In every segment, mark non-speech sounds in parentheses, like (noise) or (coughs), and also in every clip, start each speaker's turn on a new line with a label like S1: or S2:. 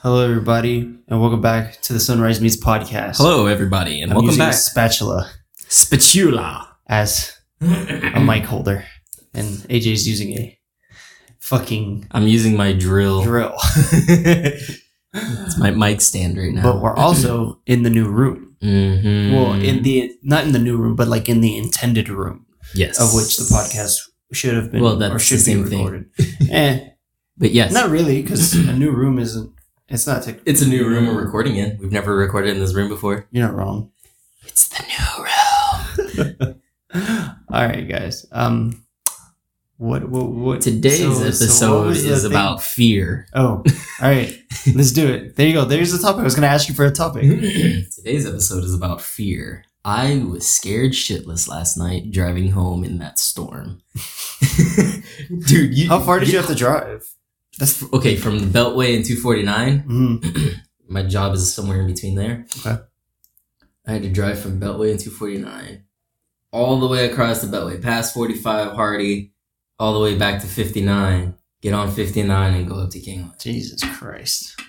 S1: Hello, everybody, and welcome back to the Sunrise Meets podcast.
S2: Hello, everybody, and
S1: I'm
S2: welcome
S1: using
S2: back.
S1: a spatula
S2: Spatula.
S1: as a mic holder, and AJ's using a fucking
S2: I'm using my drill. (laughs)
S1: drill.
S2: it's my mic stand right now.
S1: But we're also in the new room.
S2: Mhm.
S1: Well, in the not in the new room, but like in the intended room
S2: yes,
S1: of which the podcast should have been
S2: Well,
S1: or
S2: that's
S1: should
S2: the same
S1: be
S2: thing.
S1: recorded. eh,
S2: But (laughs) yes,
S1: not really, because a new room isn't. It's not. Tech-
S2: it's a new room we're recording in. We've never recorded in this room before.
S1: You're not wrong.
S2: It's the new room.
S1: (gasps) All right, guys. Um, what what what
S2: Today's
S1: so- so what
S2: episode
S1: was the
S2: is
S1: thing- (clears throat)
S2: about fear.
S1: Oh, all right. Let's do it. There you go. There's the topic. I was gonna ask you for a topic.
S2: Today's episode is about fear. I was scared shitless last night driving home in that storm. (laughs) Dude, you,
S1: How far did you have to drive?
S2: That's okay from the Beltway and 249.
S1: Mm,
S2: my job is somewhere in between there.
S1: Okay.
S2: I had to drive from Beltway and 249 all the way across the Beltway, past 45 Hardy, all the way back to 59, get on 59 and go up to Kingland.
S1: Jesus Christ.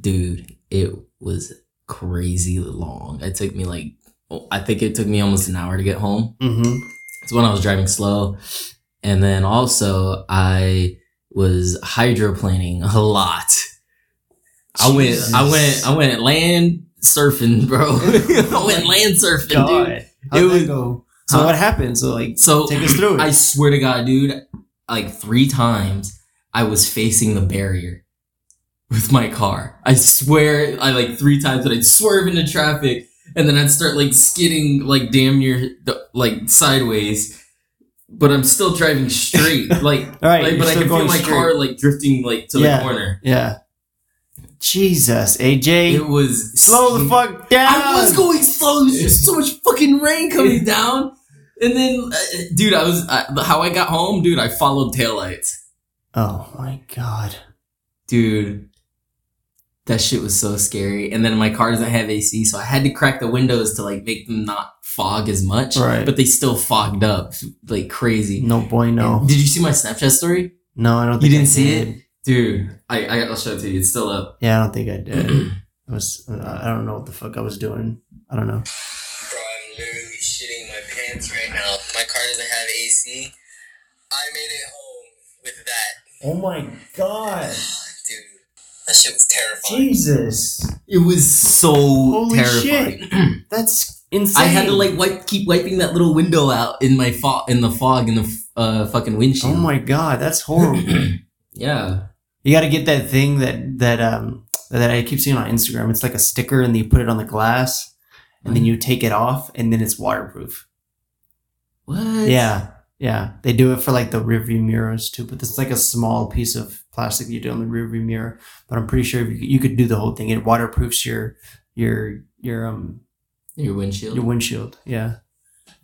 S2: Dude, it was crazy long. It took me like, oh, I think it took me almost an hour to get home.
S1: Mm-hmm.
S2: It's when I was driving slow. And then also, I was hydroplaning a lot. I went, I went, I went land surfing, bro. (laughs) I went land surfing, dude.
S1: God. How'd
S2: It
S1: that
S2: was-
S1: go? So
S2: Huh?
S1: what happened? So like,
S2: So
S1: take us through it.
S2: I swear to God, dude, like three times I was facing the barrier with my car. I swear, I like three times that I'd swerve into traffic and then I'd start like skidding like damn near the, like sideways, but I'm still
S1: (laughs)
S2: driving straight. like,
S1: all right,
S2: like,
S1: you're
S2: but I
S1: still
S2: can feel
S1: going
S2: my
S1: straight.
S2: car like drifting like to
S1: Yeah.
S2: the corner.
S1: Yeah. Jesus, AJ,
S2: It was
S1: slow the
S2: sm-
S1: fuck down.
S2: I was going slow. There's just so much fucking
S1: (laughs)
S2: rain coming down. And then, uh, dude, I was uh, how I got home, dude. I followed taillights,
S1: oh my God.
S2: dude. That shit was so scary. And then my car doesn't have AC, so I had to crack the windows to like make them not fog as much.
S1: Right.
S2: But they still fogged up like crazy.
S1: No boy, no.
S2: Did you see my Snapchat story,
S1: No, I don't. Think
S2: didn't
S1: I
S2: see
S1: did.
S2: it? dude? I, I I'll show it to you. It's still up.
S1: Yeah, I don't think I did.
S2: (clears throat)
S1: I was I don't know what the fuck I was doing. I don't know.
S3: Bro, I'm literally shitting my pants right now. My car doesn't have AC. I made it home with that,
S1: Oh my god,
S3: dude. That shit was terrifying.
S1: Jesus,
S2: It was so
S1: Holy
S2: terrifying. (clears throat)
S1: that's insane.
S2: I had to like wipe, keep wiping that little window out in my fog, in the fog, in the f- uh, fucking windshield.
S1: Oh
S2: (clears throat)
S1: my god, that's
S2: (laughs)
S1: horrible.
S2: Yeah,
S1: you got to get that thing that that um that I keep seeing on Instagram. It's like a sticker, and then you put it on the glass, and
S2: Mm.
S1: then you take it off, and then it's waterproof.
S2: what?
S1: Yeah, yeah. They do it for like the rearview mirrors too, but it's like a small piece of plastic you do on the rearview mirror. But I'm pretty sure if you, you could do the whole thing. It waterproofs your your your um
S2: your windshield.
S1: your windshield. Yeah.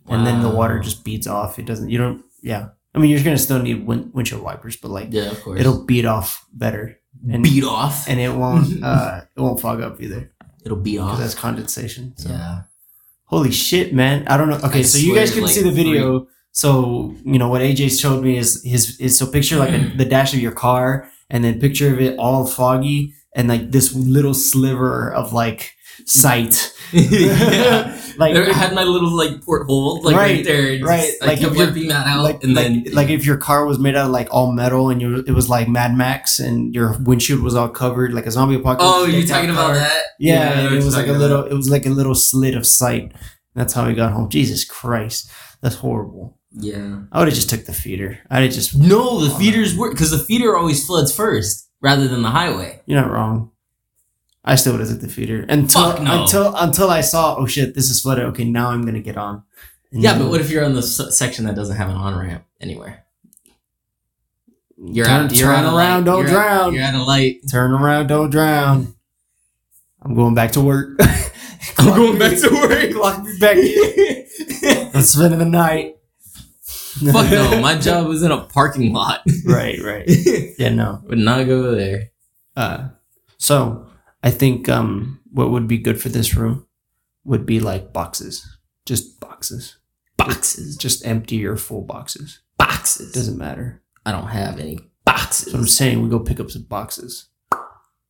S1: and then the water
S2: Wow.
S1: just beads off. It doesn't. You don't. Yeah. I mean, you're gonna still need win- windshield wipers, but like
S2: yeah, of course.
S1: it'll beat off better, and
S2: beat off.
S1: and it won't. Uh, it won't fog up either
S2: it'll beat off.
S1: because that's condensation. So.
S2: yeah.
S1: Holy shit, man! I don't know. Okay,
S2: I
S1: so you guys
S2: swear,
S1: can
S2: like,
S1: see the video. So you know what AJ showed me is his is so picture like
S2: (clears throat)
S1: a, the dash of your car, and then picture of it all foggy, and like this little sliver of like sight.
S2: (laughs) yeah.
S1: (laughs) like
S2: There- I had my little (laughs) like porthole like right,
S1: Right,
S2: there. and
S1: right.
S2: just- I
S1: Like,
S2: kept
S1: if you're-
S2: wiping that out,
S1: like,
S2: and
S1: like,
S2: then
S1: like if your car was made out of like all metal and you it was like Mad Max and your windshield was all covered like a zombie apocalypse.
S2: oh,
S1: you
S2: you
S1: take
S2: talking about
S1: car.
S2: that?
S1: Yeah,
S2: I know
S1: and
S2: what
S1: it
S2: you're
S1: was like a
S2: talking
S1: little,
S2: about.
S1: it was like a little slit of sight. That's how we got home. Jesus Christ, that's horrible.
S2: Yeah.
S1: I would have just took the feeder. I'd have just.
S2: No, the feeders work because the feeder always floods first rather than the highway.
S1: You're not wrong. I still would have took the feeder until
S2: Fuck no.
S1: until until I saw oh shit this is flooded. Okay, now I'm gonna get on. And
S2: Yeah,
S1: then-
S2: but what if you're on the s- section that doesn't have an on ramp anywhere? You're
S1: Turn-
S2: out. You're
S1: turn
S2: at a
S1: around,
S2: light.
S1: don't
S2: You're at-
S1: drown.
S2: you're at a light.
S1: (laughs) turn around, don't drown. I'm going back to work. (laughs)
S2: I'm going back to work.
S1: Lock me back. I'm spending the night.
S2: (laughs) Fuck no, my job was in a parking lot.
S1: (laughs) right, right.
S2: Would
S1: Yeah, no.
S2: not go there.
S1: Uh, so I think um, what would be good for this room would be like boxes, just boxes,
S2: Boxes,
S1: just empty or full boxes.
S2: boxes.
S1: Doesn't matter.
S2: I don't have any
S1: So I'm
S2: boxes.
S1: saying we go pick up some boxes.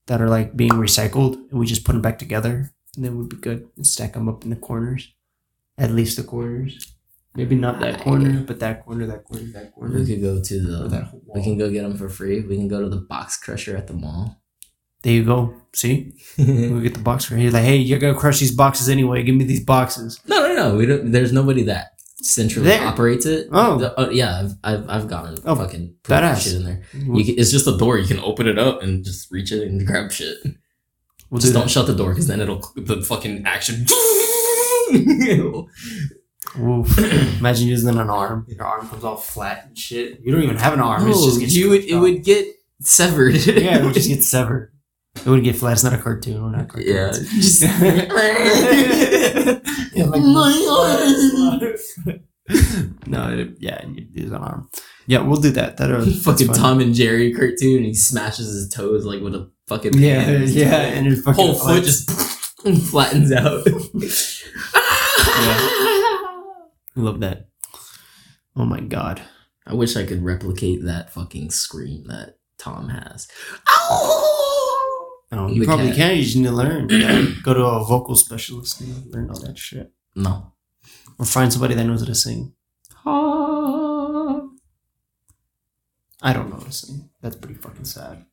S1: that are like being recycled, and we just put them back together, and then we'd be good and stack them up in the corners, at least the corners. Maybe not that corner, but that corner, that corner, that corner.
S2: Ah, We could go to
S1: or
S2: the.
S1: that whole
S2: We
S1: wall.
S2: can go get them for free. We can go to the box crusher at
S1: (laughs)
S2: the mall.
S1: There you go. See, we get the box for here. Like, hey, you're gonna crush these boxes anyway. Give me these boxes.
S2: No, no, no. We don't. There's nobody that centrally
S1: There.
S2: operates it.
S1: Oh.
S2: The- yeah. I've I've, I've gone and
S1: Oh,
S2: fucking put
S1: badass.
S2: shit in there. You can, it's just a door. You can open it up and just reach it and grab shit.
S1: We'll
S2: just
S1: do
S2: don't
S1: that.
S2: shut the door because then it'll the fucking
S1: (laughs)
S2: action.
S1: Oof. Imagine using an arm. Your arm comes all flat and shit. You don't even have an arm. it's
S2: no,
S1: just gets
S2: you would,
S1: chopped
S2: it
S1: off.
S2: would get (laughs) severed.
S1: Yeah, it (laughs) would just get severed. It wouldn't get flat. It's not a cartoon. We're not (laughs)
S2: yeah.
S1: cartoons.
S2: (laughs) Just, (laughs)
S1: Yeah, like- (laughs)
S2: my arm.
S1: no, it, yeah, you use an arm. Yeah, we'll do that. That'll that's
S2: fucking
S1: fun.
S2: Tom and Jerry cartoon. And he smashes his toes like with a fucking
S1: Yeah,
S2: pan.
S1: yeah, and his fucking
S2: whole foot just (laughs) flattens
S1: (laughs)
S2: out.
S1: I love that. Oh my god.
S2: I wish I could replicate that fucking scream that
S1: (laughs)
S2: Tom has.
S1: Oh, you
S2: We
S1: probably
S2: can't.
S1: can. You just need to learn. You gotta go to a vocal specialist and learn all that shit,
S2: No.
S1: or find somebody that knows how to sing. I don't know how to sing. That's pretty fucking sad.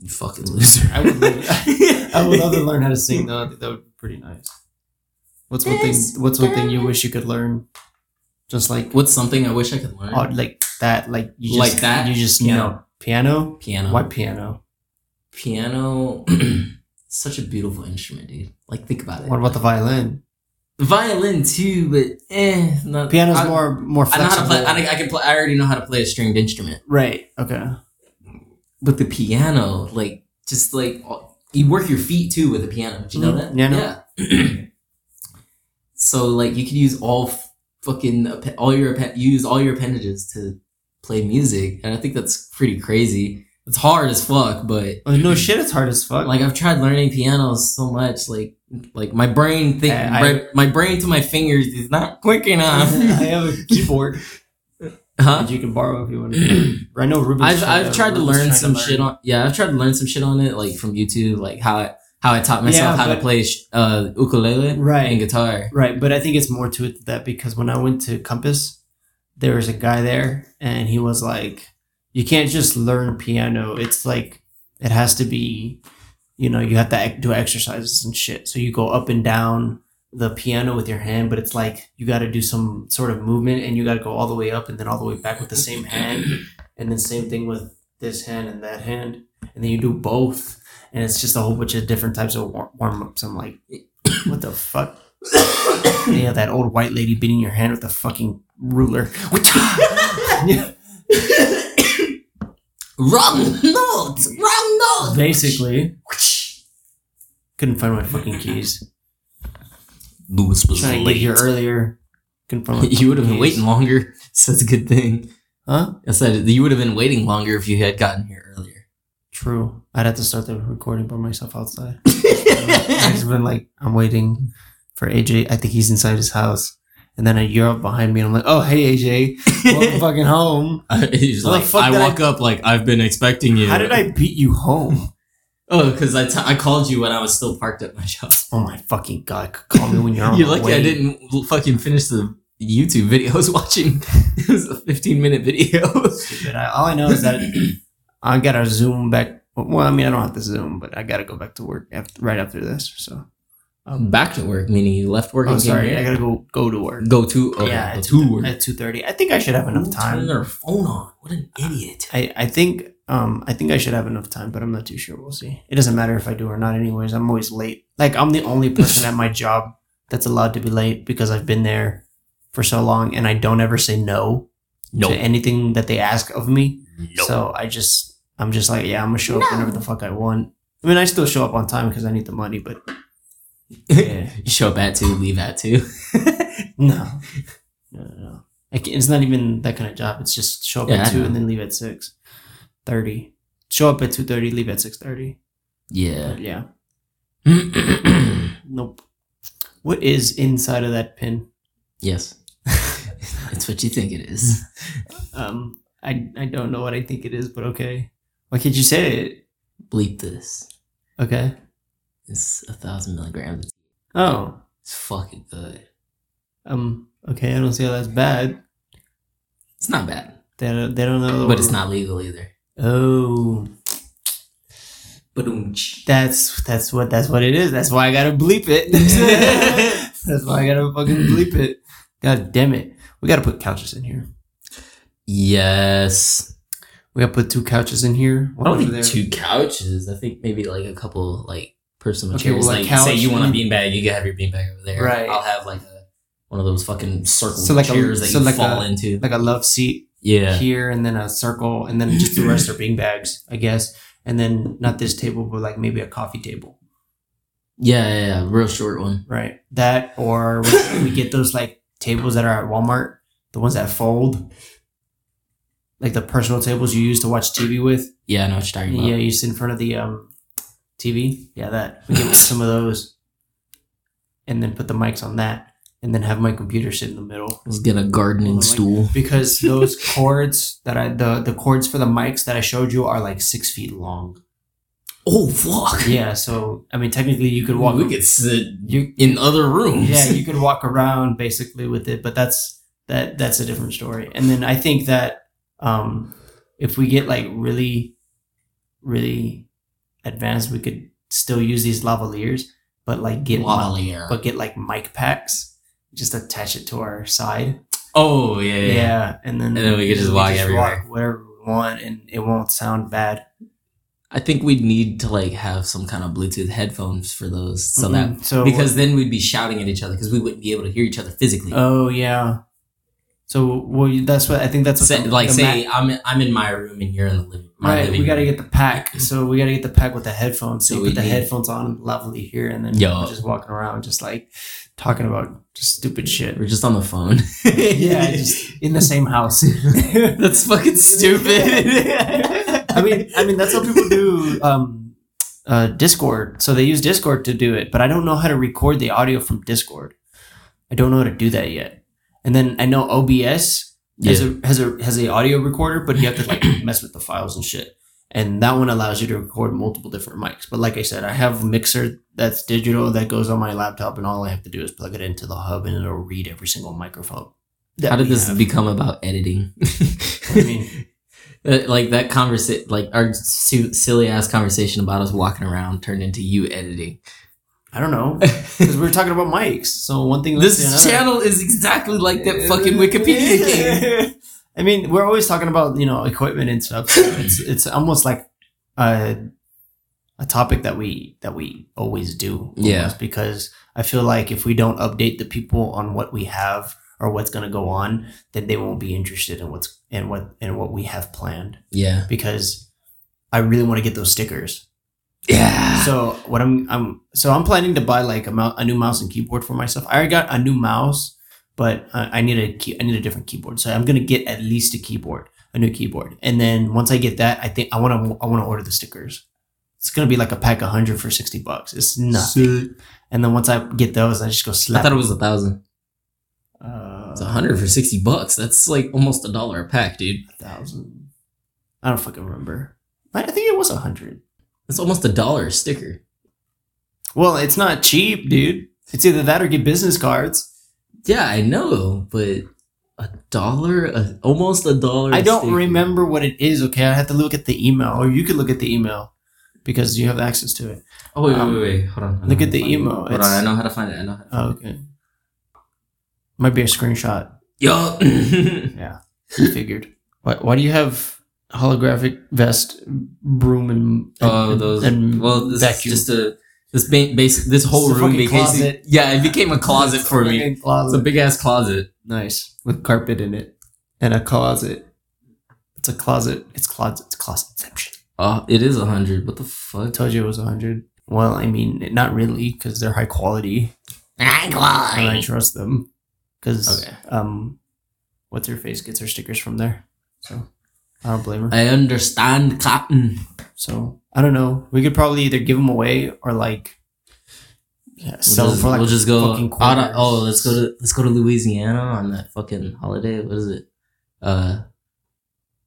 S2: You fucking loser.
S1: I would.
S2: (laughs)
S1: love- I would love to learn how to sing though. I think that would be pretty nice. What's one thing? What's one thing you wish you could learn? Just like
S2: What's something I wish I could learn?
S1: oh, like that, like you just,
S2: Like that? Uh-huh.
S1: You just
S2: Piano.
S1: know piano.
S2: piano.
S1: What piano?
S2: Piano. (clears throat) Such a beautiful instrument, dude. Like, think about it.
S1: What about the violin?
S2: Violin too, but eh, it's not.
S1: Piano's
S2: I-
S1: more more
S2: I know how to
S1: flexible.
S2: play. I, I can play. I already know how to play a stringed instrument.
S1: right. Okay.
S2: But the piano, like, just like you work your feet too with the piano. Did you know
S1: Mhm.
S2: that?
S1: Yeah, I
S2: Yeah. (clears throat) so like you could use all f- fucking appe- all your appe- use all your appendages to play music, and I think that's pretty crazy. It's hard as fuck, but
S1: Well, Oh, no shit. It's hard as fuck. (laughs)
S2: like I've tried learning piano so much, like like my brain think
S1: I- I-
S2: bra- my brain to my fingers is not
S1: (laughs)
S2: quick
S1: I
S2: enough.
S1: have a keyboard
S2: uh-huh. (laughs) huh?
S1: that you can borrow if you want. to. I know Ruben.
S2: I've, I've tried to learn some shit on yeah I've tried to learn some shit on it like from YouTube like how I, how I taught myself
S1: Yeah,
S2: how to
S1: but-
S2: play sh- uh, ukulele
S1: Right.
S2: and
S1: (coughs)
S2: guitar
S1: Right, but I think it's more to it than that because when I went to Compass, there was a guy there and he was like, You can't just learn piano. It's like it has to be, you know, you have to ec- do exercises and shit. So you go up and down the piano with your hand, but it's like you got to do some sort of movement and you got to go all the way up and then all the way back with the same hand. And then same thing with this hand and that hand. And then you do both. And it's just a whole bunch of different types of war- warm ups. I'm like, What the fuck? Yeah, that old white lady beating your hand with a fucking ruler. Yeah,
S2: wrong note wrong note
S1: Basically, couldn't find my fucking
S2: (laughs)
S1: keys.
S2: Lewis was
S1: Trying to
S2: late
S1: get here earlier. Couldn't find my
S2: (laughs) you would have been
S1: keys.
S2: waiting longer (laughs) so that's a good thing
S1: Huh?
S2: I said you would have been waiting longer if you had gotten here
S1: (laughs)
S2: earlier (laughs)
S1: True. I'd have to start the recording by myself
S2: (laughs)
S1: outside. I've just been like, I'm waiting for AJ. I think he's inside his house. And then you're up behind me, and I'm like, oh, hey,
S2: (laughs)
S1: AJ. Welcome fucking home.
S2: He's
S1: How the
S2: like
S1: fuck
S2: I
S1: did I-
S2: walk up like I've been expecting you
S1: How did I beat you
S2: (laughs)
S1: home?
S2: oh because I, t- I called you when I was still parked at my job.
S1: Oh my fucking God. Call me when you're on
S2: You're
S1: my
S2: lucky I
S1: way.
S2: didn't l- fucking finish the YouTube video. I was (laughs) watching. It was a 15 minute video.
S1: But I, all I know Oh, is that I gotta zoom back. Well, I mean, I don't have to zoom, but I gotta go back to work after, right after this. So,
S2: (coughs) I'm back to work, meaning you left work.
S1: oh,
S2: and came
S1: sorry,
S2: here?
S1: I gotta go go to work.
S2: go to okay,
S1: yeah,
S2: go
S1: at
S2: to work.
S1: At two thirty, I think I should have enough
S2: Who turned
S1: time.
S2: their phone on. What an
S1: (laughs)
S2: idiot.
S1: I I think um I think I should have enough time, but I'm not too sure. We'll see. It doesn't matter if I do or not. Anyways, I'm always late. Like I'm the
S2: (laughs)
S1: only person at my job that's allowed to be late because I've been there for so long, and I don't ever say no
S2: No,
S1: to anything that they ask of me.
S2: no.
S1: So I just, I'm just like, yeah, I'm gonna show up whenever the fuck I want. I mean, I still show up on time because I need the money,
S2: (laughs)
S1: but yeah,
S2: you show up at two, leave at two.
S1: no, no, no, no. I can't, it's not even that kind of job. It's just show up
S2: Yeah,
S1: at
S2: I
S1: two
S2: know.
S1: and then leave at six thirty. Show up at two thirty, leave at six thirty.
S2: (laughs) Yeah. (coughs)
S1: But yeah,
S2: yes.
S1: nope. What is inside of that pin? (laughs)
S2: That's what you think it is.
S1: Um, I I don't know what I think it is, but okay. Why can't you say it?
S2: Bleep this.
S1: Okay.
S2: It's a thousand milligrams.
S1: Oh.
S2: It's fucking good.
S1: Um. Okay. I don't see how that's bad.
S2: It's not bad,
S1: They don't, they don't know.
S2: but it's not legal either.
S1: Oh.
S2: Ba-doom-tsh.
S1: That's that's what that's what it is. That's why I gotta bleep
S2: (laughs)
S1: it. that's why I gotta fucking bleep it. God damn it. We gotta put couches in here.
S2: Yes.
S1: We gotta put two couches in here.
S2: I
S1: One
S2: don't
S1: over
S2: think
S1: there.
S2: two couches. I think maybe like a couple like personal
S1: Okay,
S2: chairs.
S1: well, like
S2: like say
S1: couch
S2: you want a
S1: and-
S2: beanbag, you can have your beanbag over there.
S1: Right.
S2: I'll have like a one of those fucking circle
S1: So like a-
S2: chairs that
S1: so
S2: you
S1: like
S2: fall
S1: a-
S2: into.
S1: Like a love seat
S2: Yeah.
S1: here and then a circle and then just the rest are bean bags, I guess. And then not this table, but like maybe a coffee table.
S2: yeah. Yeah. Yeah. Real short one.
S1: Right. That or we, we get those like tables that are at Walmart, the ones that fold. Like the personal tables you use to watch TV with.
S2: Yeah. I know what you're talking about.
S1: Yeah, you sit in front of the um, TV. Yeah, that. We get some of those, and then put the mics on that, and then have my computer sit in the middle
S2: Let's get a gardening
S1: Hold on, like-
S2: stool.
S1: because those cords that I the the cords for the mics that I showed you are like six feet long.
S2: Oh fuck.
S1: Yeah, so I mean technically you could walk.
S2: We could sit
S1: you
S2: in other rooms.
S1: yeah you could walk around basically with it, but that's that that's a different story. And then I think that um, if we get like really really advanced, we could still use these lavaliers, but like
S2: (laughs)
S1: get
S2: Lavalier.
S1: but get like mic packs, just attach it to our side.
S2: Oh yeah.
S1: Yeah,
S2: Yeah. yeah.
S1: and then
S2: And then we could just walk everywhere.
S1: walk whatever we want, and it won't sound bad.
S2: I think we'd need to like have some kind of Bluetooth headphones for those, so that
S1: Mhm. so
S2: because then we'd be shouting at each other because we wouldn't be able to hear each other physically.
S1: oh yeah, so well you- that's what I think that's what
S2: Say-
S1: the-
S2: like
S1: the
S2: say
S1: ma-
S2: I'm I'm in my room and you're in the living. My
S1: right.
S2: living
S1: We gotta
S2: room.
S1: get the pack, so we gotta get the pack with the headphones. So,
S2: So
S1: you put
S2: we
S1: the
S2: need-
S1: headphones on, lovely here, and then
S2: Yo.
S1: we're just walking around, just like talking about just stupid shit.
S2: (laughs) We're just on the phone.
S1: yeah, just in the same
S2: (laughs)
S1: house. (laughs)
S2: that's fucking stupid.
S1: I mean, I mean that's what people do. Um, uh, Discord. So they use Discord to do it, but I don't know how to record the audio from Discord. I don't know how to do that yet. And then I know OBS
S2: (laughs)
S1: has a has a has a audio recorder, but you have to
S2: (clears throat)
S1: like mess with the files and shit. And that one allows you to record multiple different mics. But like I said, I have a mixer that's digital that goes on my laptop, and all I have to do is plug it into the hub, and it'll read every single microphone. that
S2: How did
S1: we
S2: this
S1: have.
S2: become about editing? (laughs)
S1: I mean,
S2: Uh, like that conversation, like our su- silly ass conversation about us walking around turned into you
S1: (laughs)
S2: editing.
S1: I don't know because we were talking about mics. So one thing leads to
S2: This
S1: another.
S2: channel is exactly like that fucking Wikipedia game.
S1: I mean, we're always talking about you know equipment and stuff. So
S2: (laughs)
S1: it's it's almost like a a topic that we that we always do.
S2: Yeah.
S1: almost, because I feel like if we don't update the people on what we have or what's going to go on, then they won't be interested in what's in what in what we have planned.
S2: Yeah,
S1: Because I really want to get those stickers.
S2: yeah.
S1: So what I'm I'm so I'm planning to buy like a, mou- a new mouse and keyboard for myself. I already got a new mouse, but I, I need a key, I need a different keyboard. So I'm gonna get at least a keyboard, a new keyboard, and then once I get that, I think I want to I want to order the stickers. It's gonna be like a pack of hundred for sixty bucks. It's nothing. And then once I get those, I just go
S2: I
S1: slap.
S2: thought it was a thousand.
S1: uh,
S2: It's a hundred for sixty bucks. That's like almost a dollar a pack, dude.
S1: thousand. I don't fucking remember. I, I think it was a hundred.
S2: That's almost a dollar a sticker.
S1: Well, it's not cheap, dude. It's either that or get business cards.
S2: Yeah, I know, but a dollar, a, almost a dollar.
S1: I
S2: a
S1: don't
S2: sticker.
S1: remember what it is. Okay, I have to look at the email, or you could look at the email because you have access to it.
S2: Oh wait,
S1: Um,
S2: wait, wait, wait. Hold on. I
S1: look at
S2: know how to
S1: the
S2: find it.
S1: email.
S2: Hold
S1: It's-
S2: on, I know how to find it. I know. How to
S1: Oh, okay, might be a screenshot.
S2: Yo. (laughs)
S1: I figured. Why, why do you have holographic vest, broom, and
S2: Oh, those.
S1: and
S2: well, this
S1: vacuum?
S2: is just a this ba- base. This whole
S1: It's a
S2: room
S1: fucking
S2: became
S1: closet.
S2: yeah, it became a closet for me.
S1: Fucking
S2: It's a
S1: closet.
S2: big ass closet.
S1: nice with carpet in it and a closet. It's a closet. It's closet. It's closetception.
S2: Oh, it is a hundred. What the fuck?
S1: I told you it was hundred. Well, I mean, not really, because they're high quality. and I trust them because
S2: Okay.
S1: um, what's her face gets her stickers from there, so I don't blame her.
S2: I understand, Cotton.
S1: so I don't know. We could probably either give them away or like yeah,
S2: We'll
S1: sell
S2: just,
S1: for like
S2: we'll just go.
S1: fucking
S2: out of-
S1: quarters.
S2: oh, let's go to let's go to Louisiana on that fucking holiday. What is it? Uh,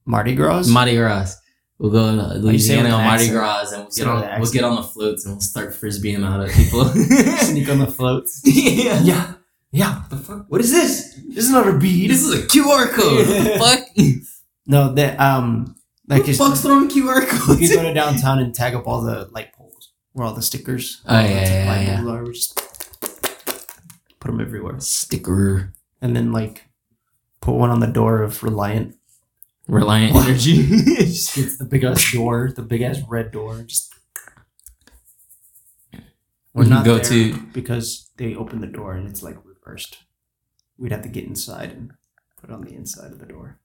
S1: Mardi Gras.
S2: Mardi Gras. We'll go to
S1: you say it
S2: Louisiana
S1: with
S2: on
S1: an
S2: Mardi
S1: accent.
S2: Gras and we'll
S1: Say
S2: get
S1: it
S2: on
S1: with an
S2: we'll get on the floats and we'll start frisbeeing 'em out at people.
S1: (laughs) Sneak on the floats.
S2: yeah.
S1: Yeah. Yeah.
S2: What the fuck?
S1: What is this? This is not a bead.
S2: This is a QR
S1: (laughs)
S2: code. fuck.
S1: no, that um
S2: Like
S1: like
S2: Who the
S1: it's,
S2: fuck's throwing QR
S1: we
S2: codes?
S1: could go to downtown and tag up all the light poles where all the stickers.
S2: (laughs) Oh, yeah, yeah,
S1: light
S2: yeah.
S1: poles are. We just put them everywhere.
S2: Sticker.
S1: And then like put one on the door of Reliant.
S2: Reliant Energy.
S1: (laughs) Just gets the big ass door, the big ass red door. Just
S2: we can go
S1: there
S2: to
S1: because they open the door and it's like reversed. We'd have to get inside and put it on the inside of the door.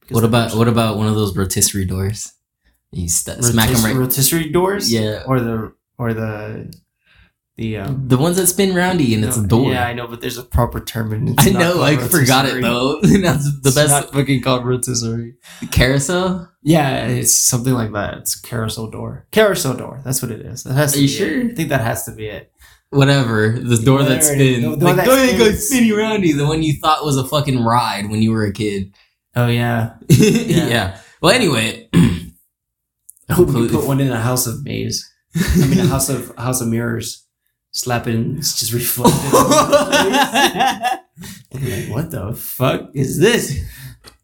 S1: Because
S2: what
S1: the
S2: about
S1: person-
S2: what about one of those rotisserie doors? You st- smack 'em
S1: rotis-
S2: right.
S1: rotisserie doors?
S2: Yeah,
S1: Or the or the the um
S2: the ones that spin roundy and it's a
S1: no,
S2: door.
S1: Yeah, I know, but there's a proper term and it's
S2: I
S1: not
S2: know,
S1: called
S2: I forgot it
S1: rotisserie.
S2: though. (laughs) That's the
S1: It's
S2: best
S1: not fucking called rotisserie.
S2: carousel.
S1: Yeah, it's something like that. It's carousel door. Carousel door. That's what it is. That has
S2: Are
S1: to
S2: you
S1: be it.
S2: sure?
S1: I think that has to be it.
S2: Whatever the door
S1: Whatever
S2: that
S1: it
S2: spins,
S1: is,
S2: the
S1: the door
S2: door
S1: that
S2: that goes
S1: spins.
S2: spinny roundy, the one you thought was a fucking ride when you were a kid. (laughs)
S1: Oh yeah.
S2: yeah. Well, anyway,
S1: I hope we
S2: Completely-
S1: could put one in a house of maze. I
S2: (laughs)
S1: mean, a house of (laughs) a house of mirrors. Slap it and it's just (laughs) reflected. like, what the fuck is this?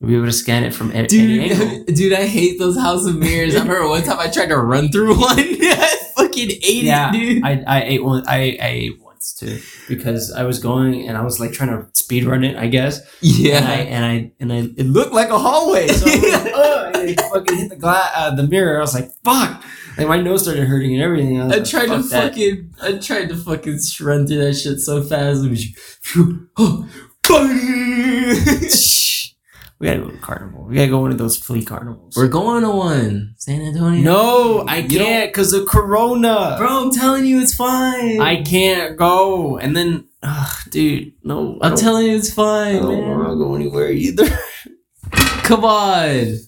S1: We'll be able to scan it from a- any angle. (laughs)
S2: Dude, (laughs) dude, I hate those House of Mirrors. I remember one time I tried to run through (laughs) one. I fucking ate
S1: Yeah,
S2: it, dude.
S1: I, I ate one. I, I ate once too because I was going and I was like trying to speed run it, I guess. And I
S2: yeah.
S1: and I and I it looked like a hallway. So I was
S2: (laughs)
S1: like, oh, and it fucking hit the gla- uh, the mirror. I was like, fuck. Like my nose started hurting and everything. I, was
S2: I
S1: like,
S2: tried to
S1: fuck that.
S2: fucking, I tried to fucking sh- run through that shit so fast. It was phew, oh,
S1: (laughs)
S2: boom.
S1: We gotta go to carnival. We gotta go one of those flea carnivals.
S2: We're going to one, San Antonio.
S1: no, I
S2: You don't-
S1: can't because of Corona.
S2: bro, I'm telling you, it's fine.
S1: I can't go. And then, ugh, dude, no, I
S2: I'm
S1: don't,
S2: telling you, it's
S1: I
S2: fine,
S1: don't
S2: man.
S1: want to go anywhere either.
S2: Come on.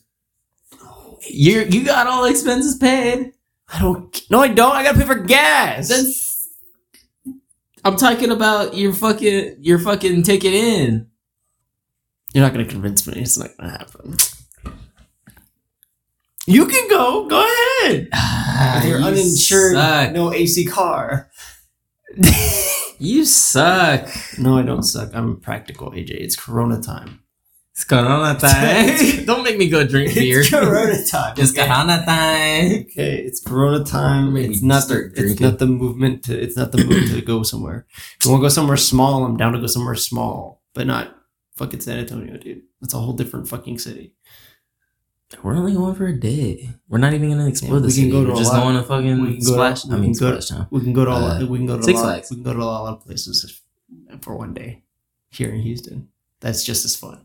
S2: You you got all expenses paid.
S1: I don't. No, I don't. I gotta pay for gas.
S2: That's I'm talking about your fucking your fucking ticket in.
S1: You're not gonna convince me. It's not gonna happen. You can go. Go ahead.
S2: Ah,
S1: You're
S2: you
S1: uninsured.
S2: Suck.
S1: No AC car.
S2: You suck.
S1: No, I don't suck. I'm practical, AJ. It's Corona time.
S2: It's Corona time. Don't make me go drink
S1: (laughs)
S2: beer.
S1: It's (laughs)
S2: (laughs)
S1: Corona time.
S2: It's
S1: okay?
S2: Corona time.
S1: Okay, it's Corona time.
S2: Maybe
S1: It's not the,
S2: start
S1: it's
S2: drinking.
S1: not the movement to it's not the move to go somewhere. If you want to go somewhere small, I'm down to go somewhere small, but not fucking San Antonio, dude. That's a whole different fucking city.
S2: We're only going for a day. We're not even gonna explore
S1: Yeah, we
S2: this.
S1: can
S2: city.
S1: go to
S2: We're
S1: a
S2: just
S1: lot-
S2: going to
S1: we
S2: fucking
S1: can go to-
S2: splash.
S1: we
S2: I mean,
S1: can go to-
S2: splash town.
S1: We can go to all
S2: Uh,
S1: we can go to
S2: Six
S1: a lot,
S2: Flags.
S1: we can go to a lot of places if- for one day here in Houston. That's just as fun.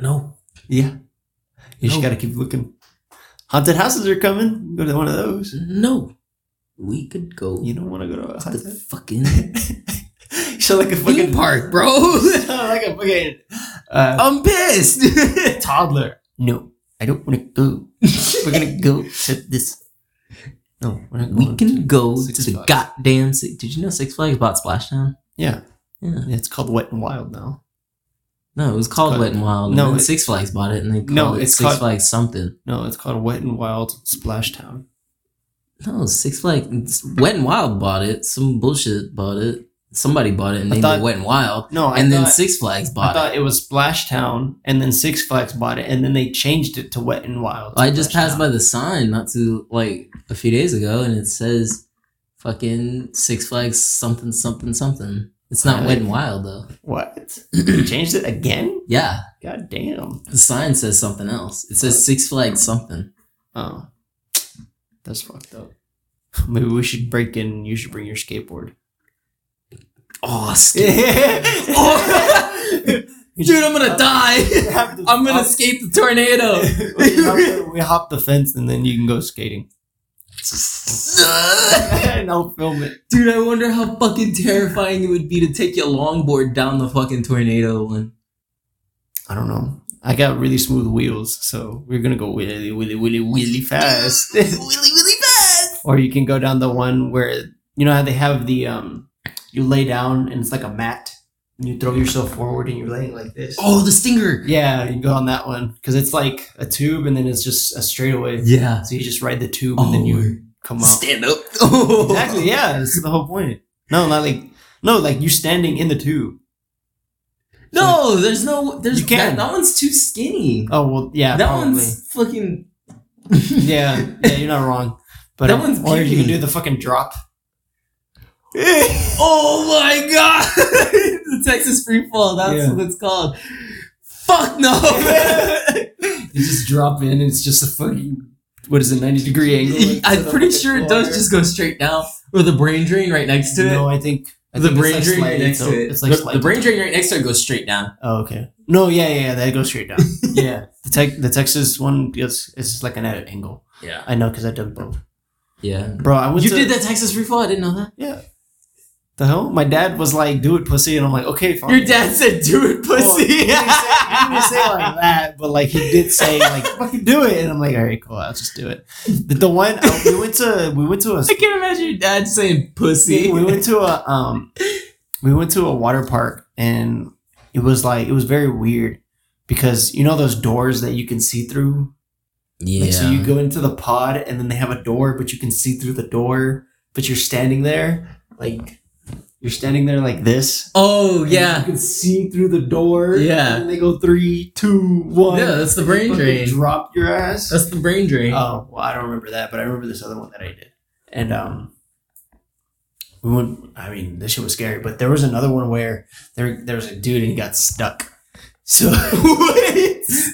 S2: No.
S1: Yeah, you just
S2: No.
S1: gotta keep looking. Haunted houses are coming. Go to one of those.
S2: No. We could go
S1: You don't want to go to a (laughs)
S2: to the
S1: haunted.
S2: fucking
S1: you sound like a
S2: fucking
S1: fucking
S2: park,
S1: (laughs)
S2: bro.
S1: You sound like a fucking. Uh,
S2: I'm pissed. (laughs)
S1: toddler. No, I don't want to go. We're gonna go to this. No, we're not
S2: We
S1: going to-
S2: can go
S1: Six
S2: to the
S1: Flags.
S2: goddamn. Six, did you know Six Flags bought Splashdown?
S1: Yeah,
S2: Yeah.
S1: it's called Wet and Wild now.
S2: No, it was called
S1: called-
S2: Wet and Wild. and
S1: No,
S2: then
S1: it-
S2: Six Flags bought it, and they called
S1: No,
S2: it
S1: it's
S2: Six
S1: called-
S2: Flags something.
S1: No, it's called Wet and Wild Splash Town.
S2: No, Six Flags. Wet and Wild bought it. Some bullshit bought it. Somebody bought it and
S1: I
S2: named
S1: thought-
S2: it Wet and Wild,
S1: No, I
S2: and
S1: thought,
S2: then Six Flags
S1: I
S2: bought it.
S1: thought it was Splash Town, and then Six Flags bought it, and then they changed it to Wet and Wild.
S2: I just passed by
S1: Splashdown.
S2: the sign not too like a few days ago, and it says fucking Six Flags something something something. It's not
S1: Really?
S2: Wet and Wild though. (clears throat)
S1: What? they changed it again?
S2: Yeah,
S1: God damn.
S2: the sign says something else. It says Six Flags something.
S1: Oh, that's fucked up. (laughs) Maybe we should break in. You should bring your (laughs) skateboard.
S2: Oh, (laughs)
S1: Oh.
S2: dude, I'm gonna die.
S1: (laughs)
S2: I'm gonna
S1: Hop-
S2: escape the tornado.
S1: (laughs) we, hop the, we hop the fence and then you can go skating. (laughs) and I'll film it.
S2: dude, I wonder how fucking terrifying it would be to take your longboard down the fucking tornado. And
S1: I don't know. I got really smooth wheels, so we're gonna go really, really, really, really fast. (laughs)
S2: really, really fast.
S1: or you can go down the one where you know how they have the um, you lay down and it's like a mat, You throw yourself forward and you're laying like this.
S2: Oh, the stinger.
S1: Yeah, you go on that one because it's like a tube and then it's just a straightaway.
S2: Yeah.
S1: So you just ride the tube
S2: Oh,
S1: and then you come out.
S2: stand up.
S1: (laughs) Exactly. Yeah, that's the whole point. No, not like no, like you're standing in the tube.
S2: No, there's no. There's
S1: You can.
S2: That, that one's too skinny.
S1: Oh well, yeah,
S2: that
S1: probably.
S2: one's fucking.
S1: yeah, yeah, you're not wrong. But
S2: That one's
S1: or you
S2: puny.
S1: can do the fucking drop.
S2: (laughs) oh my god! (laughs) the Texas free fall. That's
S1: Yeah.
S2: what it's called. Fuck no.
S1: You just drop in. and It's just a fucking what is it, ninety (laughs) degree angle? like, to
S2: I'm
S1: the
S2: pretty
S1: fucking
S2: sure it
S1: floor.
S2: does just go straight down with the brain drain right next to it.
S1: No, I think I
S2: the
S1: think
S2: brain
S1: it's like
S2: drain right
S1: sliding
S2: next
S1: tilt.
S2: to it.
S1: It's like
S2: the,
S1: sliding
S2: the brain drain right next to it goes straight down.
S1: Oh, okay. No, yeah, yeah, yeah, that goes straight
S2: (laughs)
S1: down. yeah, the tech, the Texas one is is like an edit angle.
S2: Yeah.
S1: I know because I did both.
S2: Yeah.
S1: Bro, I went
S2: you
S1: to,
S2: did that Texas free fall? I didn't know that.
S1: the hell. My dad was like, "Do it, pussy," and I'm like, "Okay, fine."
S2: Your dad said, "Do it,
S1: (laughs) Well, he
S2: pussy." (laughs)
S1: didn't, say, he didn't say it like that, but like he did
S2: (laughs)
S1: say like fucking do it, and I'm like, all right, cool, I'll just do it. The, the one uh, we went to, we went to a,
S2: I can't imagine your dad saying pussy.
S1: (laughs) we went to a, um, we went to a water park, and it was like it was very weird because you know those doors that you can see through
S2: (laughs) yeah.
S1: Like, so you go into the pod and then they have a door, but you can see through the door, but you're standing there like you're standing there like this.
S2: oh,
S1: You
S2: yeah.
S1: can see through the door.
S2: Yeah.
S1: And then they go three, two, one.
S2: Yeah, that's the brain
S1: Fucking
S2: drain.
S1: Drop your ass.
S2: That's the brain drain.
S1: oh, well, I don't remember that, but I remember this other one that I did. And um we went I mean, this shit was scary, but there was another one where there there was a dude and he got stuck. So (laughs)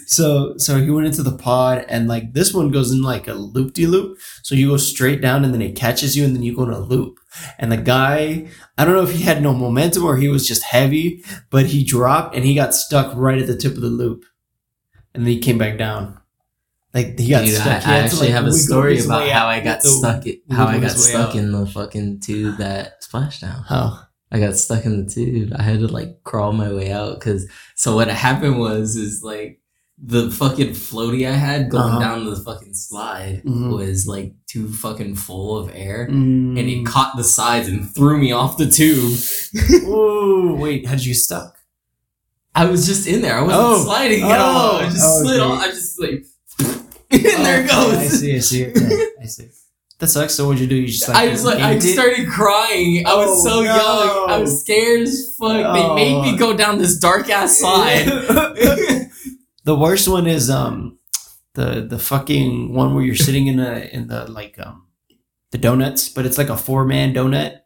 S1: So so he went into the pod and like this one goes in like a loop de loop. So you go straight down and then it catches you and then you go in a loop. And the guy, I don't know if he had no momentum or he was just heavy, but he dropped and he got stuck right at the tip of the loop. And then he came back down. Like he got
S2: Dude,
S1: stuck.
S2: I,
S1: He
S2: I
S1: had to,
S2: actually
S1: like,
S2: have a
S1: wiggle
S2: story
S1: his
S2: about
S1: way
S2: how I
S1: out
S2: got
S1: the-
S2: stuck. It, how I
S1: wiggle
S2: got
S1: his way
S2: stuck
S1: out.
S2: in the fucking tube that splashdown.
S1: Oh.
S2: I got stuck in the tube. I had to like crawl my way out because. So what happened was is like the fucking floaty I had going
S1: Uh-huh.
S2: down the fucking slide
S1: Mhm.
S2: was like too fucking full of air.
S1: Mm.
S2: And it caught the sides and threw me off the tube.
S1: Ooh, Mm. wait, how did you get stuck?
S2: I was just in there. I wasn't
S1: Oh.
S2: sliding at all. I
S1: Oh.
S2: just
S1: Oh,
S2: slid
S1: okay.
S2: off. I just like, (laughs) (laughs) and there it
S1: Oh, I
S2: goes.
S1: see, I see. Okay, I
S2: (laughs)
S1: see. That sucks. So what'd you do? You just like
S2: I was like, I
S1: yanked it?
S2: started crying. I
S1: Oh,
S2: was so
S1: no.
S2: young. I was scared as fuck. They made me
S1: Oh.
S2: go down this dark (laughs) ass slide.
S1: (laughs) the worst one is um the the fucking one where you're sitting in a in the like um the donuts, but it's like a four man donut.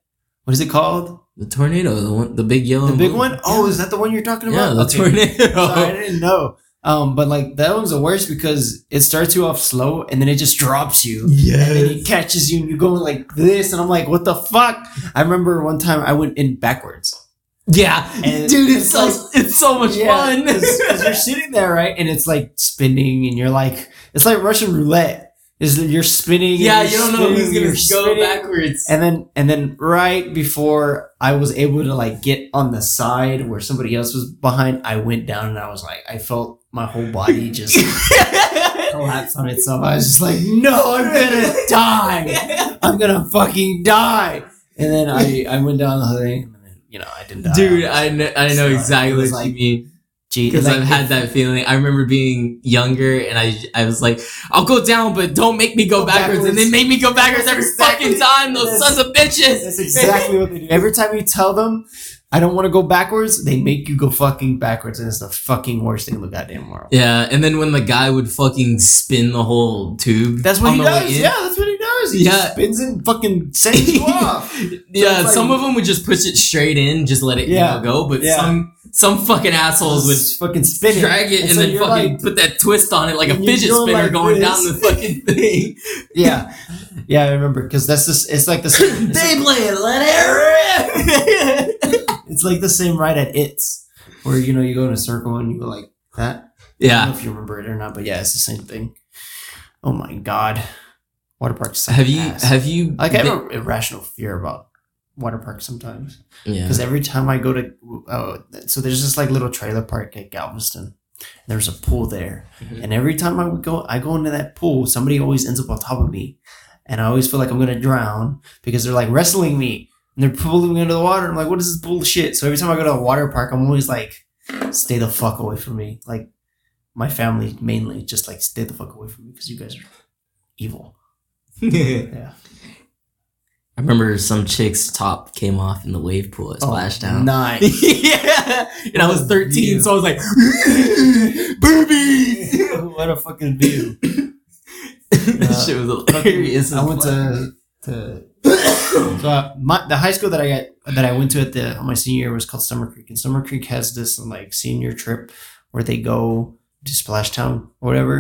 S1: What is it called?
S2: the tornado, the one, the big yellow,
S1: The big one? Oh, is that the one you're talking about? Okay. Sorry, I
S2: (laughs) tornado.
S1: didn't know. Um, but like that one's the worst because it starts you off slow and then it just drops you. and then he
S2: Yes.
S1: catches you and you're going like this and i'm like what the fuck i remember one time i went in backwards
S2: Yeah,
S1: And
S2: dude, it's,
S1: it's
S2: so it's so much
S1: (laughs)
S2: fun. (laughs)
S1: because you're sitting there right and it's like spinning and you're like it's like russian roulette is that you're spinning and
S2: yeah,
S1: you're
S2: you don't know who's
S1: spinning,
S2: gonna go
S1: you're spinning.
S2: backwards.
S1: and then and then right before i was able to like get on the side where somebody else was behind i went down and i was like i felt my whole body
S2: (laughs)
S1: just collapse on itself i was just like no i'm gonna die I'm gonna fucking die. And then I, I went down the thing, and then, you know, I didn't die.
S2: (laughs) Dude, I know, I know
S1: So, it
S2: exactly
S1: was
S2: what you
S1: like-
S2: mean.
S1: Gee,
S2: because
S1: like,
S2: I've had that feeling. I remember being younger, and I I was like, "I'll go down, but don't make me go
S1: Go
S2: backwards." And they
S1: backwards.
S2: made me go backwards every
S1: Exactly.
S2: fucking time. Those
S1: Yes.
S2: sons of bitches.
S1: That's exactly what they do. Every time you tell them, I don't want to go backwards, they make you go fucking backwards, and it's the fucking worst thing in the goddamn world.
S2: Yeah, and then when the guy would fucking spin the whole tube,
S1: That's what
S2: on
S1: he
S2: the way
S1: does.
S2: in-
S1: Yeah, that's what he does. He
S2: Yeah.
S1: just spins it and fucking sends (laughs) you off.
S2: yeah.
S1: it's like-
S2: some of them would just push it straight in, just let it you
S1: Yeah.
S2: know, go, but
S1: Yeah.
S2: some some fucking assholes would.
S1: Just fucking spin it.
S2: Drag it and,
S1: And so
S2: then
S1: you're
S2: fucking
S1: like-
S2: put that twist on it like a
S1: and you're
S2: fidget
S1: going
S2: spinner
S1: like
S2: going
S1: this.
S2: down the
S1: (laughs)
S2: fucking thing.
S1: Yeah, yeah, I remember because that's this. It's like this.
S2: Beyblade, let it rip!
S1: (laughs) It's like the same ride at its where you know you go in a circle and you go like that. I
S2: yeah.
S1: don't know if you remember it or not, but yeah, it's the same thing. Oh my god, water parks. suck
S2: Have you
S1: ass.
S2: have you
S1: like I have
S2: been-
S1: an irrational fear about water parks sometimes (laughs)
S2: yeah.
S1: because every time I go to oh, so there's this like little trailer park at Galveston. There's a pool there,
S2: Mhm.
S1: and every time I would go, I go into that pool. Somebody always ends up on top of me, and I always feel like I'm gonna drown because they're like wrestling me. and they're pulling me under the water. I'm like, what is this bullshit? So every time I go to a water park, I'm always like, stay the fuck away from me. Like my family mainly just like stay the fuck away from me because you guys are evil. Yeah.
S2: I remember some chick's top came off in the wave pool
S1: Oh,
S2: at Splashdown.
S1: Nice.
S2: (laughs) yeah, and I was 13,
S1: Yeah.
S2: so I was like, (laughs) boobies.
S1: (laughs) what a fucking view.
S2: (laughs) that
S1: Uh,
S2: shit was
S1: (laughs)
S2: hilarious.
S1: I
S2: as
S1: went
S2: fuck.
S1: to to (coughs) so uh, my, the high school that I got that I went to at the my senior year was called Summer Creek, and Summer Creek has this like senior trip where they go to Splashtown or whatever,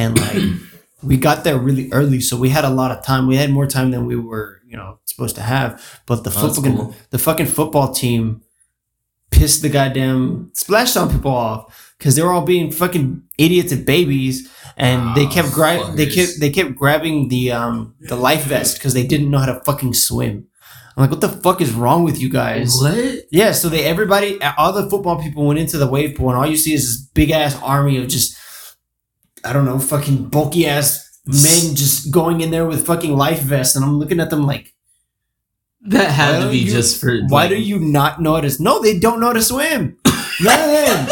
S1: and like
S2: (clears throat)
S1: we got there really early, so we had a lot of time. We had more time than we were you know supposed to have, but the
S2: Oh, that's
S1: fucking
S2: cool.
S1: the fucking football team pissed the goddamn splashdown people off because they were all being fucking idiots and babies, and they
S2: Ah,
S1: kept gri- they
S2: fuckers.
S1: kept they kept grabbing the um the life vest because they didn't know how to fucking swim. I'm like, what the fuck is wrong with you guys?
S2: What?
S1: Yeah, so they everybody all the football people went into the wave pool, and all you see is this big ass army of just I don't know fucking bulky ass men just going in there with fucking life vests, and I'm looking at them like.
S2: That
S1: Why
S2: had to
S1: don't
S2: be
S1: you-
S2: just for.
S1: Why
S2: like-
S1: do you not notice? No, they don't know how to
S2: (laughs)
S1: swim. None of them.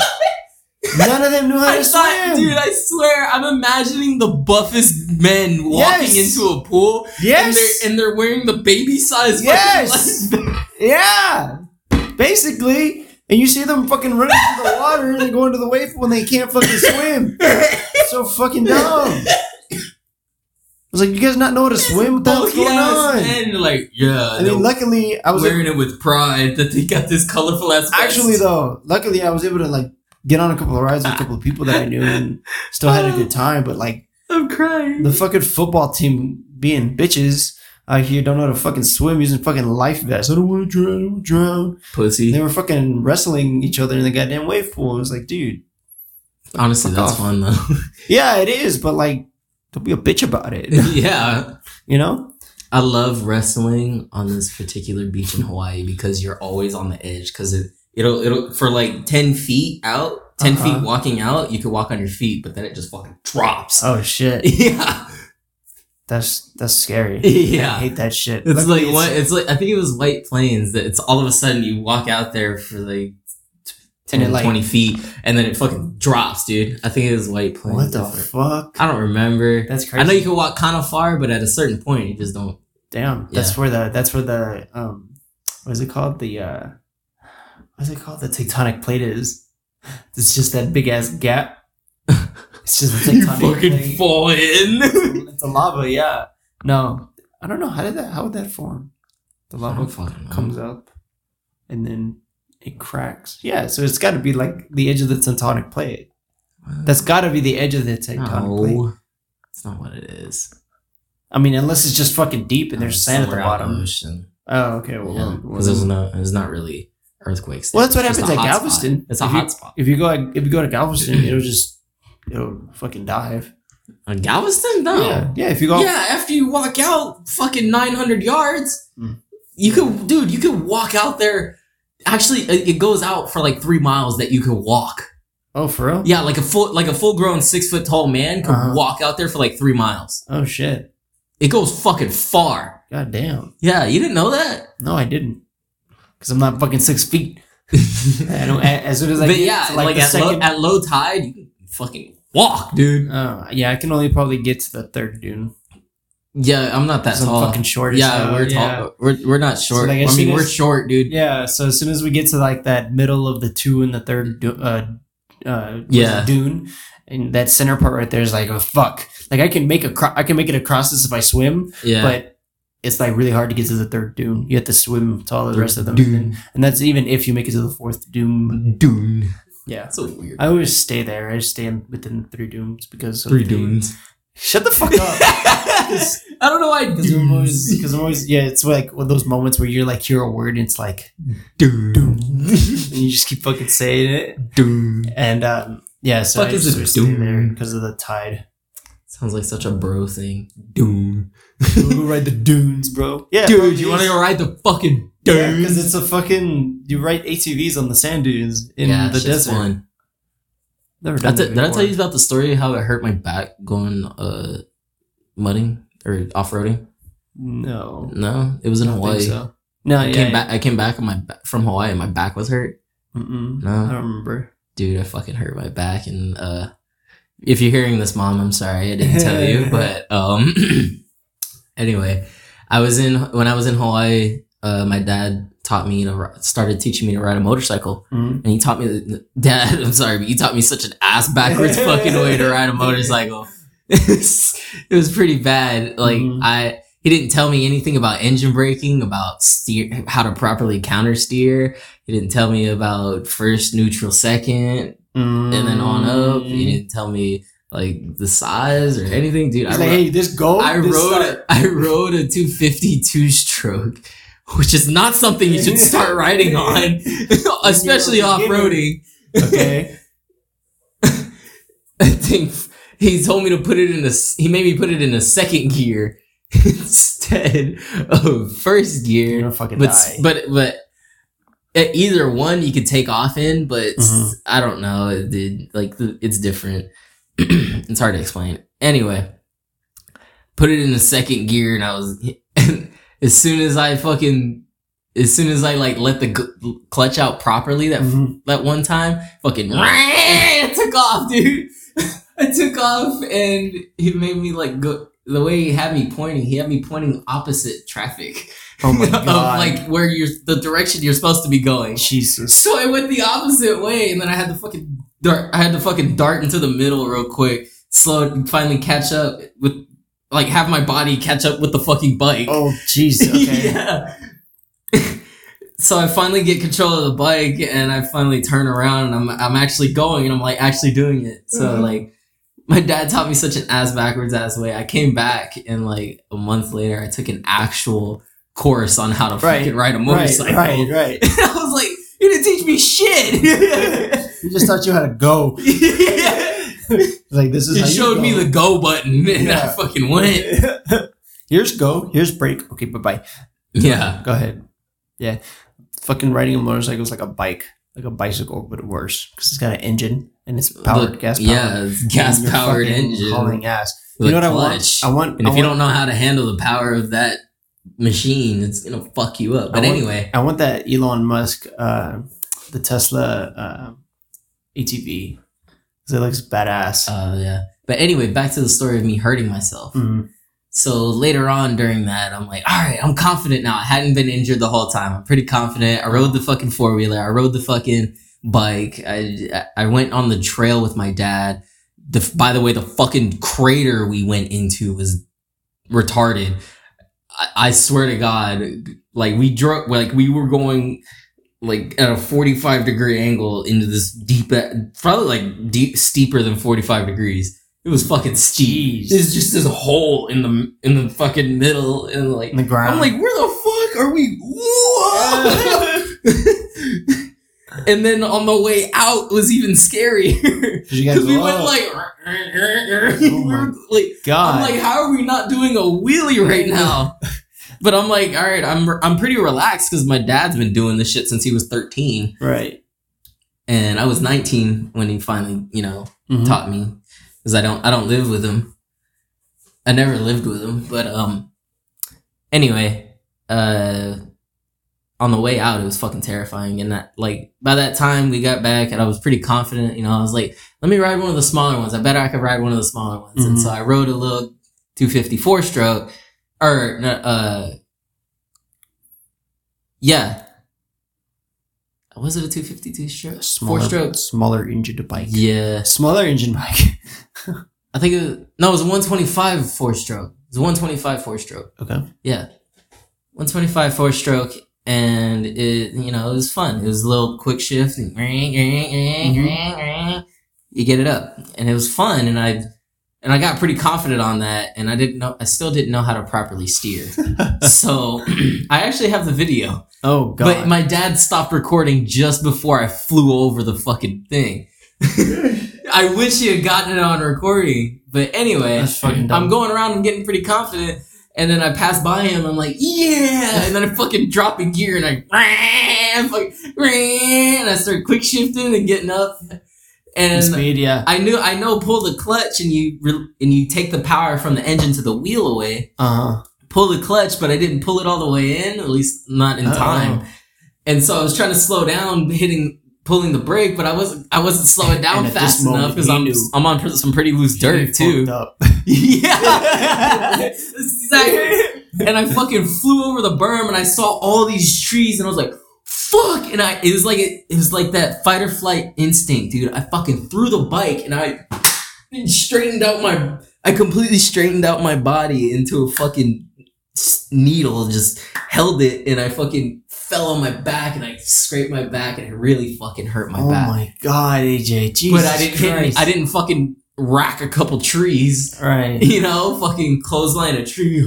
S1: None of them knew how
S2: I
S1: to
S2: thought,
S1: swim.
S2: dude, I swear, I'm imagining the buffest men walking
S1: Yes.
S2: into a pool,
S1: yes.
S2: and they're and they're wearing the baby size.
S1: Yes. yeah. Basically, and you see them fucking running through the water and they go into the wave when they can't fucking swim. so fucking dumb. I was like, you guys not know how to swim? What the hell's going on?
S2: And like, yeah,
S1: I mean, luckily, I
S2: I
S1: was
S2: was wearing it with pride that they got this colorful ass. vest.
S1: Actually, though, luckily I was able to like get on a couple of rides with a couple of people that I knew and still had a
S2: (sighs)
S1: good time. But like
S2: I'm crying.
S1: the fucking football team being bitches out here don't know how to fucking swim using fucking life vests. I don't want to drown. I don't wanna drown.
S2: Pussy.
S1: And they were fucking wrestling each other in the goddamn wave pool. I was like, dude,
S2: Honestly,
S1: Fuck
S2: that's
S1: off. (laughs)
S2: fun though. (laughs)
S1: yeah, it is, but like, don't be a bitch about it.
S2: yeah.
S1: You know?
S2: I love wrestling on this particular beach in Hawaii because you're always on the edge because it, it'll, it'll, for like 10 feet out, 10
S1: Uh-huh.
S2: feet walking out, you can walk on your feet, but then it just fucking drops.
S1: Oh shit,
S2: (laughs) yeah.
S1: that's that's scary. I
S2: Yeah.
S1: hate that shit.
S2: It's
S1: Luckily,
S2: like, what? It's like, I think it was White Plains that it's all of a sudden you walk out there for like 10
S1: it,
S2: to
S1: like-
S2: 20 feet and then it fucking drops, dude. I think it was White Plains.
S1: What the fuck?
S2: I don't remember.
S1: That's crazy.
S2: I know you can walk kind of far, but at a certain point, you just don't.
S1: Damn, that's where the that's where the um, what is it called? The uh, what's it called? The tectonic plate is. It's just that big ass
S2: (laughs)
S1: gap. It's just the
S2: You
S1: tectonic
S2: fucking
S1: plate.
S2: fall in.
S1: It's a lava, yeah. No, I don't know how did that how would that form? The (laughs)
S2: (laughs)
S1: lava comes up, and then it cracks. Yeah, so it's got to be like the edge of the tectonic plate. That's got to be the edge of the tectonic plate.
S2: no. It's not what it is.
S1: I mean, unless it's just fucking deep and there's
S2: It's
S1: sand at the
S2: somewhere out in
S1: bottom.
S2: ocean.
S1: Oh, okay. Well,
S2: Yeah,
S1: well,
S2: because there's no, there's not really earthquakes.
S1: Well,
S2: there.
S1: that's what
S2: It's
S1: happens
S2: just a
S1: at
S2: hot
S1: Galveston.
S2: spot. It's a
S1: If
S2: hot spot.
S1: If you go if you go to Galveston,
S2: (clears throat)
S1: it'll just it'll fucking dive.
S2: (gasps) Uh, Galveston, no.
S1: Yeah,
S2: Oh. Yeah.
S1: yeah. If you go,
S2: after you walk out fucking 900 yards,
S1: Mm.
S2: you could, dude, you could walk out there. Actually, it it goes out for like three miles that you could walk.
S1: oh for real?
S2: Yeah, like a full like a full grown six foot tall man could
S1: Uh-huh.
S2: walk out there for like three miles.
S1: Oh shit!
S2: It goes fucking far.
S1: God damn!
S2: Yeah, you didn't know that.
S1: No, I didn't, because I'm not fucking six feet. I
S2: (laughs)
S1: don't, a- as soon as I
S2: but
S1: get
S2: yeah,
S1: to,
S2: like,
S1: the
S2: at, low,
S1: second,
S2: at low tide, you can fucking walk, dude.
S1: Oh, yeah, I can only probably get to the third dune.
S2: Yeah, I'm not that
S1: 'cause I'm
S2: tall.
S1: fucking short. as
S2: yeah,
S1: hell,
S2: we're tall. We're, we're not short.
S1: like, as
S2: I mean,
S1: soon
S2: we're
S1: as-
S2: short, dude.
S1: Yeah, so as soon as we get to like that middle of the two and the third, du- uh, uh, what's
S2: Yeah.
S1: it, dune, and that center part right there is like, oh fuck! Like I can make a, cro- I can make it across this if I swim,
S2: Yeah,
S1: but it's like really hard to get to the third dune. You have to swim to all the rest of them,
S2: Dune.
S1: and that's even if you make it to the fourth doom.
S2: Dune.
S1: Yeah,
S2: That's so weird.
S1: I always stay there. I stay in- within three dooms because of
S2: Three
S1: the-
S2: dunes.
S1: Shut the fuck up.
S2: (laughs) I don't know why
S1: Because I'm always,
S2: dunes.
S1: 'cause I'm always, yeah, it's like one of those moments where you're like, hear a word, and it's like,
S2: Dune.
S1: and you just keep fucking saying it.
S2: Dune.
S1: And um, yeah, so
S2: Fuck
S1: I
S2: is
S1: just
S2: a
S1: always stay
S2: doom?
S1: there because of the
S2: (laughs)
S1: tide.
S2: Sounds like such a bro thing. Dune.
S1: We'll go ride the dunes, bro. Yeah,
S2: (laughs) Dude, you want to go ride the fucking dune?
S1: Because it's a fucking you ride ATVs on the sand dunes in
S2: Yeah,
S1: the
S2: it's just
S1: desert.
S2: fun.
S1: Never
S2: That's
S1: that
S2: it. Did I
S1: before.
S2: tell you about the story of how it hurt my back going uh mudding or off roading?
S1: No,
S2: No, it was in
S1: I don't think
S2: Hawaii.
S1: so. No,
S2: I
S1: yeah,
S2: came
S1: yeah.
S2: back. I came back on my ba- from Hawaii. and My back was hurt.
S1: Mm-mm. I
S2: No,
S1: don't remember.
S2: dude, I fucking hurt my back. And uh, if you're hearing this, mom, I'm sorry I didn't tell you. But um, (clears throat) anyway, I was in when I was in Hawaii. Uh, my dad taught me to ri- started teaching me to ride a motorcycle.
S1: Mm.
S2: And he taught me, (laughs) the- Dad, I'm sorry, but you taught me such an ass backwards fucking way to ride a motorcycle. (laughs) it was pretty bad. Like
S1: Mhm.
S2: I, he didn't tell me anything about engine braking, about steer, how to properly counter steer. He didn't tell me about first, neutral, second, and then on up.
S1: Mm.
S2: He didn't tell me like the size or anything, dude.
S1: He's
S2: I
S1: like,
S2: ro-
S1: hey, this go.
S2: I
S1: this
S2: rode
S1: start."
S2: I rode a 252 stroke, which is not something you
S1: (laughs)
S2: should start riding on, (laughs) especially
S1: Yeah,
S2: off
S1: beginner.
S2: roading. (laughs)
S1: okay.
S2: I think he told me to put it in a. s- He made me put it in a second gear (laughs) instead of first
S1: You're
S2: gear.
S1: gonna fucking
S2: But s-
S1: die.
S2: but but e- either one you could take off in, but s-
S1: Mhm.
S2: I don't know. It did, like the, it's different. (clears throat) it's hard to explain. Anyway, put it in the second gear, and I was. (laughs) And as soon as I fucking, as soon as I like let the g- clutch out properly, that
S1: Mhm.
S2: that one time. Fucking (laughs) took off, dude. (laughs) I took off and he made me like go the way he had me pointing, he had me pointing opposite traffic.
S1: (laughs)
S2: (laughs)
S1: Oh my (laughs) god.
S2: of like where you're the direction you're supposed to
S1: (laughs)
S2: be going.
S1: Jesus.
S2: So I went the opposite way and then I had to fucking dart I had to fucking dart into the middle real quick, slow and finally catch up with like have my body catch up with the fucking bike.
S1: Oh jeez. Okay.
S2: (laughs) yeah. (laughs) so I finally get control of the bike and I finally turn around and I'm I'm actually going and I'm like actually doing it. So
S1: Mhm.
S2: like my dad taught me such an ass backwards ass way. I came back and like a month later I took an actual course on how to
S1: Right.
S2: fucking ride a
S1: Right.
S2: motorcycle.
S1: Right. Right.
S2: (laughs) I was like, you didn't teach me
S1: (laughs)
S2: shit.
S1: You just taught you how to go. Like this is.
S2: He
S1: how you
S2: showed
S1: go.
S2: me
S1: (laughs)
S2: the go button (laughs) and I
S1: Yeah.
S2: fucking went.
S1: Here's go. Here's break. Okay, bye bye.
S2: Yeah.
S1: Go ahead. Yeah. Fucking riding a motorcycle is like a bike, like a bicycle, but worse because it's got an engine and it's powered
S2: The-
S1: gas powered.
S2: Yeah, it's (laughs) gas
S1: And you're
S2: powered
S1: fucking
S2: engine.
S1: hauling ass.
S2: with
S1: you
S2: a
S1: know what
S2: clutch.
S1: I want? I want.
S2: And
S1: I
S2: if you
S1: want-
S2: don't know how to handle the power of that machine, it's gonna fuck you up. But
S1: I want-
S2: anyway,
S1: I want that Elon Musk, uh, the Tesla uh, ATV. 'Cause it looks badass.
S2: uh, yeah. But anyway, back to the story of me hurting myself.
S1: Mhm.
S2: So later on during that, I'm like, all right, I'm confident now. I hadn't been injured the whole time. I'm pretty confident. I rode the fucking four wheeler. I rode the fucking bike. I, I went on the trail with my dad. The, by the way, the fucking crater we went into was retarded. I, I swear to God, like we drove, like we were going like at a 45 degree angle into this deep, probably like deep, steeper than 45 degrees. It was fucking steep.
S1: Jeez.
S2: There's just this hole in the in the fucking middle, and like
S1: In the ground.
S2: I'm like, where the fuck are we? Whoa! (laughs) and then on the way out was even scarier
S1: 'Cause you guys
S2: because we went
S1: love-
S2: like,
S1: Oh
S2: (laughs)
S1: my
S2: like
S1: God.
S2: I'm like, how are we not doing a wheelie right now? (laughs) but I'm like, all right, I'm I'm pretty relaxed because my dad's been doing this shit since he was 13,
S1: right.
S2: and I was 19 when he finally, you know,
S1: Mhm.
S2: Mm-hmm. taught me because I don't I don't live with him. I never lived with him, but um. Anyway, uh, on the way out, it was fucking terrifying, and that like by that time we got back, and I was pretty confident. You know, I was like, let me ride one of the smaller ones. I bet I could ride one of the smaller ones, and
S1: Mhm.
S2: so I rode a little two fifty four stroke, or no, uh, yeah. Was it a 252 stroke?
S1: Smaller,
S2: Four strokes.
S1: Smaller engine to bike.
S2: Yeah.
S1: A smaller engine bike. (laughs)
S2: I think it was, no, it was a 125 four stroke. It was a 125 four stroke.
S1: Okay.
S2: Yeah. 125 four stroke. And it, you know, it was fun. It was a little quick shift. And You get it up. And it was fun. And I, and I got pretty confident on that. And I didn't know, I still didn't know how to properly steer. so (clears throat) I actually have the video.
S1: Oh God.
S2: But my dad stopped recording just before I flew over the fucking thing. (laughs) I wish he had gotten it on recording. But anyway,
S1: That's fucking dumb.
S2: I'm going around and getting pretty confident. And then I pass by him. I'm like, yeah. And then I fucking drop a gear and I, and and I start quick shifting and getting up.
S1: And
S2: And
S1: speed. Yeah.
S2: I knew, I know, pull the clutch and you re- and you take the power from the engine to the wheel away
S1: Uh huh.
S2: pull the clutch, but I didn't pull it all the way in, at least not in
S1: Uh-oh.
S2: time. And so I was trying to slow down, hitting, pulling the brake, but I wasn't, I wasn't slowing down
S1: And at this
S2: fast
S1: moment,
S2: enough because
S1: he
S2: I'm,
S1: knew.
S2: I'm on some pretty loose dirt too.
S1: Fucked up.
S2: yeah, exactly. (laughs) And I fucking flew over the berm, and I saw all these trees, and I was like, "Fuck!" And I, it was like it, it was like that fight or flight instinct, dude. I fucking threw the bike, and I straightened out my, I completely straightened out my body into a fucking s- needle, just held it, and I fucking fell on my back, and I scraped my back, and it really fucking hurt my
S1: oh
S2: back.
S1: my god, AJ. Jesus
S2: but I didn't hit, any-
S1: Christ.
S2: I didn't fucking rack a couple trees
S1: Right.
S2: (laughs) you know, fucking clothesline
S1: (gasps)
S2: a tree,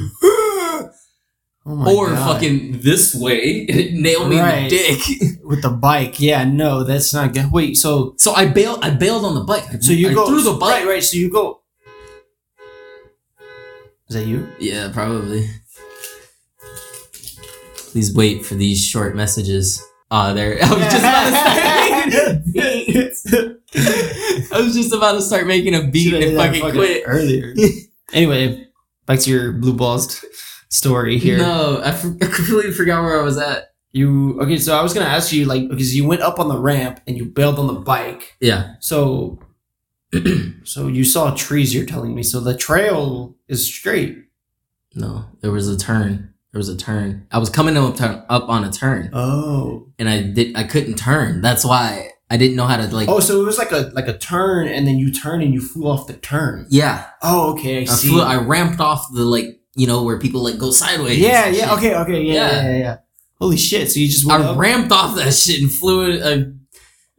S1: Oh my
S2: or
S1: God.
S2: fucking this way, (laughs) and it nailed me in
S1: Right.
S2: the dick. (laughs)
S1: with the bike. Yeah, no, that's not good. Wait, so
S2: So I bailed. I bailed on the bike. I-
S1: so you
S2: I
S1: go
S2: threw the bike.
S1: Right, right. So you go. Is that you?
S2: Yeah, probably. Please wait for these short messages. Ah, there. (laughs) I
S1: (laughs)
S2: was just about to start. Making, (laughs) I was just about to start making a beat
S1: Should've did
S2: and
S1: that
S2: fucking quit.
S1: (laughs) earlier. anyway, back to your blue balls story here.
S2: No, (laughs) I, for- I completely forgot where I was at.
S1: You okay? So I was gonna ask you like because you went up on the ramp and you bailed on the bike.
S2: Yeah,
S1: So, (clears throat) so you saw trees. You're telling me. So the trail is straight.
S2: no, there was a turn. There was a turn. I was coming up turn, up on a turn.
S1: Oh.
S2: and I did I couldn't turn. That's why I didn't know how to like.
S1: Oh, so it was like a like a turn, and then you turn and you flew off the turn.
S2: yeah,
S1: Oh, okay, I
S2: I
S1: see.
S2: flew. I ramped off the like you know where people like go sideways.
S1: yeah,
S2: and
S1: yeah,
S2: shit.
S1: okay, okay, yeah, yeah,
S2: Yeah.
S1: yeah, yeah. Holy shit! So you just went
S2: I
S1: up?
S2: ramped off that shit and flew. it-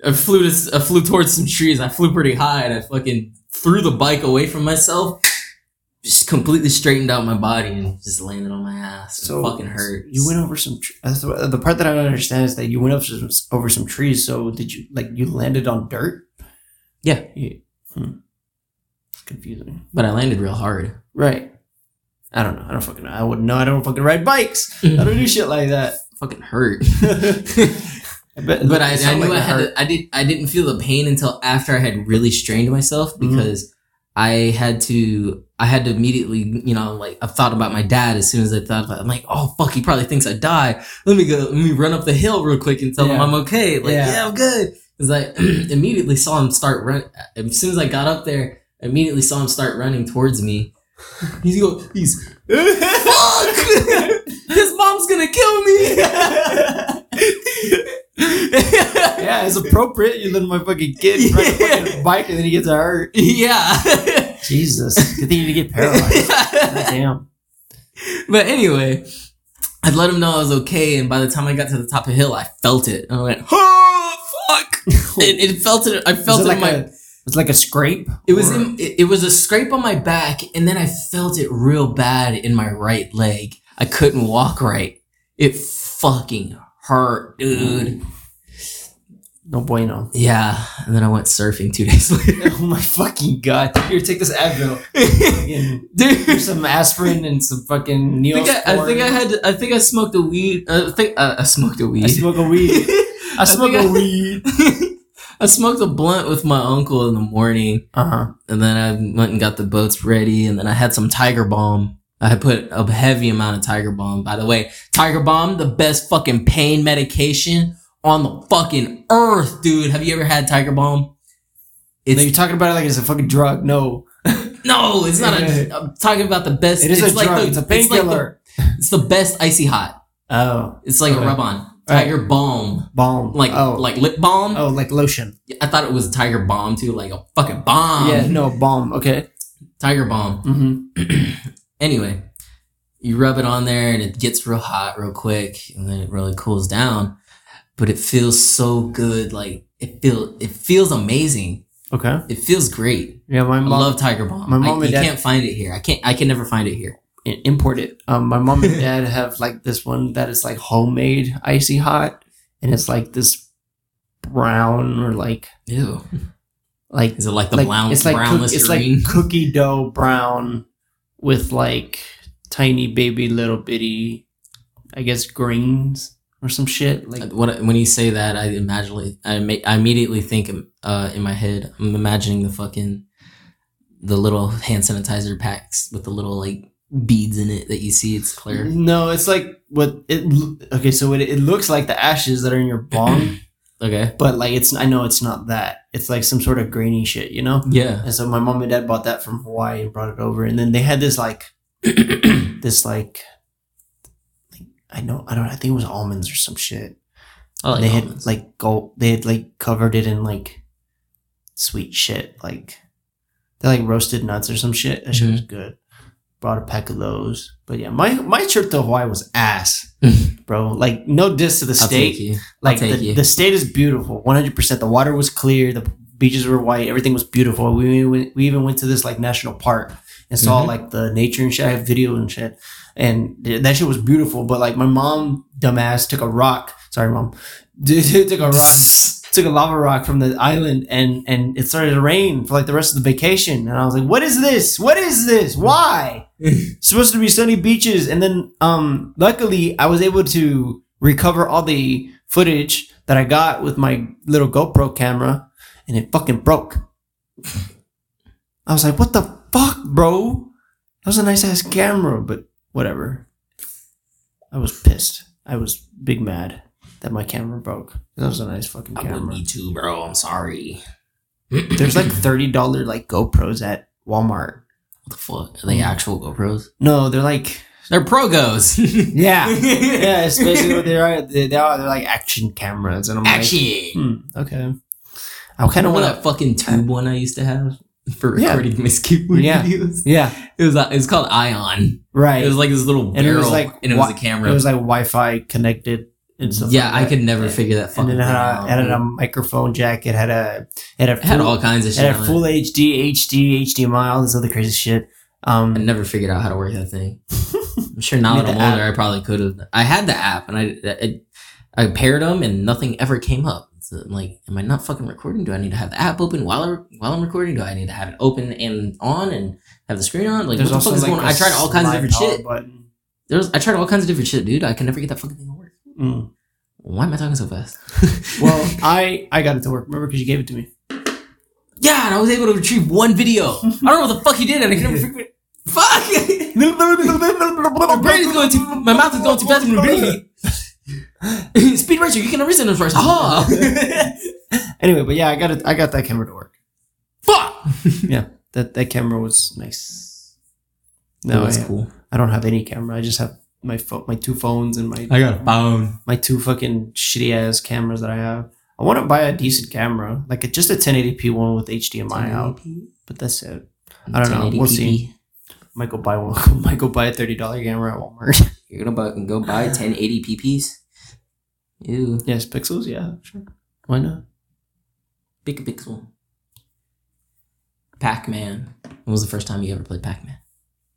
S2: I, I flew to s- I flew towards some trees. I flew pretty high and I fucking threw the bike away from myself. Just completely straightened out my body and just landed on my ass.
S1: So
S2: So fucking hurt.
S1: You went over some. Tr- that's the, the part that I don't understand is that you went up some, over some trees. So did you like you landed on dirt?
S2: Yeah.
S1: Hmm. Confusing.
S2: but I landed real hard.
S1: Right. I don't know. I don't fucking know. I wouldn't know. I don't fucking ride bikes. I don't do shit like that.
S2: fucking
S1: (laughs)
S2: hurt. (laughs)
S1: I bet,
S2: but I,
S1: it
S2: I
S1: sounded
S2: knew
S1: like
S2: I
S1: it
S2: had
S1: hurt.
S2: to, I did I didn't feel the pain until after I had really strained myself
S1: Mm-hmm.
S2: because I had to I had to immediately you know like I thought about my dad as soon as I thought about it. I'm like oh fuck he probably thinks I die let me go let me run up the hill real quick and tell him
S1: Yeah.
S2: I'm okay like
S1: Yeah.
S2: yeah, I'm good because I (clears throat) immediately saw him start run uh, as soon as I got up there I immediately saw him start running towards me he's go he's fuck (laughs) his mom's gonna kill me.
S1: Yeah, it's appropriate. You little my fucking (laughs) kid ride a fucking bike and then he gets hurt.
S2: (laughs) Yeah. (laughs)
S1: Jesus, good thing you didn't get (laughs) paralyzed. God damn.
S2: but anyway, I'd let him know I was okay, and by the time I got to the top of the hill, I felt it. And I went, oh,
S1: (laughs)
S2: fuck. it, it felt it. I felt
S1: Was
S2: it,
S1: it like
S2: in my.
S1: a was it like a scrape.
S2: it was
S1: or-
S2: in, it, it was a scrape on my back, and then I felt it real bad in my right leg. I couldn't walk right. It fucking hurt, dude.
S1: no bueno.
S2: Yeah. And then I went surfing two (laughs) days later.
S1: (laughs) oh my fucking god! Here, take this Advil. Fucking-
S2: dude.
S1: Here's some aspirin and some fucking
S2: I think
S1: Neosporin.
S2: I, I think I had I think I smoked a weed. I think uh, I smoked a weed.
S1: I smoke a weed. I smoke
S2: think
S1: a weed.
S2: (laughs) I smoked a blunt with my uncle in the morning,
S1: Uh huh.
S2: and then I went and got the boats ready, and then I had some Tiger Balm. I had put a heavy amount of Tiger Balm. By the way, Tiger Balm, the best fucking pain medication on the fucking earth, dude. Have you ever had Tiger Balm?
S1: No, you're
S2: It's
S1: talking about it like it's a fucking drug. No,
S2: no, it's not. A, I'm talking about the best.
S1: it is a
S2: like
S1: drug.
S2: the-
S1: it's a
S2: like the-
S1: painkiller.
S2: It's, the best icy hot.
S1: oh,
S2: It's like
S1: Okay.
S2: a rub on.
S1: Alright.
S2: Tiger Balm,
S1: balm.
S2: like
S1: oh,
S2: like lip balm.
S1: oh, like lotion.
S2: I thought it was Tiger Balm too, like a fucking bomb.
S1: yeah, no balm. Okay.
S2: Tiger Balm. (clears throat)
S1: Mm-hmm.
S2: anyway, you rub it on there and it gets real hot real quick and then it really cools down. But it feels so good. Like it feel it feels amazing.
S1: Okay.
S2: It feels great.
S1: Yeah, my
S2: I
S1: mom
S2: love Tiger Balm.
S1: my mom and
S2: I, you
S1: dad-
S2: can't find it here. I can't I can never find it here.
S1: i- import it. Um, my mom and dad have like this one that is like homemade icy hot, and it's like this brown or like
S2: Ew.
S1: like
S2: Is it like the
S1: like,
S2: brown
S1: it's like
S2: brown
S1: cook- it's like
S2: Listerine?
S1: cookie dough brown with like tiny baby little bitty i guess grains or some shit like
S2: what, when you say that, I imagine I, ma- I immediately think uh, in my head. I'm imagining the fucking the little hand sanitizer packs with the little like beads in it that you see. It's clear.
S1: No, it's like what it. l- Okay, so it, it looks like the ashes that are in your bong,
S2: Okay.
S1: but like it's. I know it's not that. It's like some sort of grainy shit, you know.
S2: Yeah.
S1: And so my mom and dad bought that from Hawaii and brought it over, and then they had this like (clears throat) this like. I know. I don't. I think it was almonds or some shit.
S2: I like
S1: they
S2: almonds.
S1: had like gold. They had like covered it in like sweet shit, like they like roasted nuts or some shit. That
S2: Mm-hmm.
S1: shit was good. Brought a pack of those, but yeah, my my trip to Hawaii was
S2: (laughs)
S1: ass, bro. Like no diss to the
S2: I'll
S1: state,
S2: take you.
S1: like
S2: take
S1: the,
S2: you.
S1: the state is beautiful, one hundred percent. The water was clear, the beaches were white, everything was beautiful. We even went, we even went to this like national park and saw
S2: Mhm.
S1: like the nature and shit. I have video and shit, and th- that shit was beautiful. But like my mom, dumbass, took a rock. Sorry, mom, (laughs) took a rock. Took a lava rock from the island and and it started to rain for like the rest of the vacation and I was like, what is this? What is this? Why? supposed to be sunny beaches and then um luckily i was able to recover all the footage that i got with my little gopro camera and it fucking broke i was like what the fuck bro that was a nice ass camera but whatever i was pissed i was big mad that my camera broke that was a nice fucking
S2: I would
S1: camera
S2: need to, bro. I'm sorry.
S1: (clears throat) there's like $30 like gopros at walmart
S2: What the fuck? Are
S1: Mm.
S2: they actual GoPros?
S1: no they're like
S2: They're Progos. (laughs)
S1: yeah yeah, it's basically what they are. They, they are. They're like action cameras, and I'm like,
S2: Action.
S1: hmm, okay. I kind
S2: Kind
S1: of
S2: of what
S1: want to.
S2: that fucking tube one I used to have for
S1: Yeah.
S2: recording my skateboard
S1: Yeah.
S2: videos.
S1: Yeah,
S2: It was uh, it was called Ion.
S1: right.
S2: It was like this little
S1: And it
S2: barrel,
S1: was like
S2: and it was
S1: wa-
S2: a camera.
S1: like Wi-Fi connected and stuff.
S2: yeah,
S1: like
S2: I
S1: that.
S2: could never figure that
S1: And
S2: fucking
S1: then it
S2: thing
S1: had a,
S2: out.
S1: it had a microphone jack. It had a it had a
S2: It had
S1: full,
S2: all kinds of
S1: it
S2: shit.
S1: had
S2: on it.
S1: full HD, HD, HDMI, all this other crazy shit. Um,
S2: I never figured out how to work that
S1: (laughs)
S2: thing. I'm sure now
S1: Need
S2: that I'm
S1: the
S2: older, I probably could have. I had the app and I, I I paired them and nothing ever came up. So I'm like, am I not fucking recording? Do I need to have the app open while I, while I'm recording? Do I need to have it open and on and have the screen on? Like, what the fuck is going on?
S1: a
S2: I tried all kinds of
S1: slide
S2: different
S1: power
S2: shit.
S1: Button.
S2: There was, I tried all kinds of different shit, dude. I can never get that fucking thing to work.
S1: Mm.
S2: Why am I talking so fast? (laughs)
S1: Well, I I got it to work. Remember, because you gave it to me. (laughs)
S2: yeah, and I was able to retrieve one video. I don't know what the fuck you did, and I can never figure. Fuck. (laughs)
S1: My
S2: My brain is going too. My mouth is going too fast. (laughs) Speed racer, you can never send those first. (laughs) Ha!
S1: Anyway, but yeah, I got it. I got that camera to work.
S2: Fuck.
S1: That that camera was nice. No, I,
S2: cool.
S1: I don't have any camera. I just have my phone, my two phones, and my
S2: got a phone.
S1: my two fucking shitty ass cameras that I have. I want to buy a decent camera, like a, just a 1080p one with HDMI out, but that's it. uh, I don't know. We'll see. Might go buy one. (laughs) Might go buy a thirty dollar camera at Walmart. (laughs)
S2: You're gonna buy, go buy 1080 pps. Ew.
S1: yes, pixels. Yeah, sure. Why not?
S2: Big pixel. Pac Man. When was the first time you ever played Pac Man?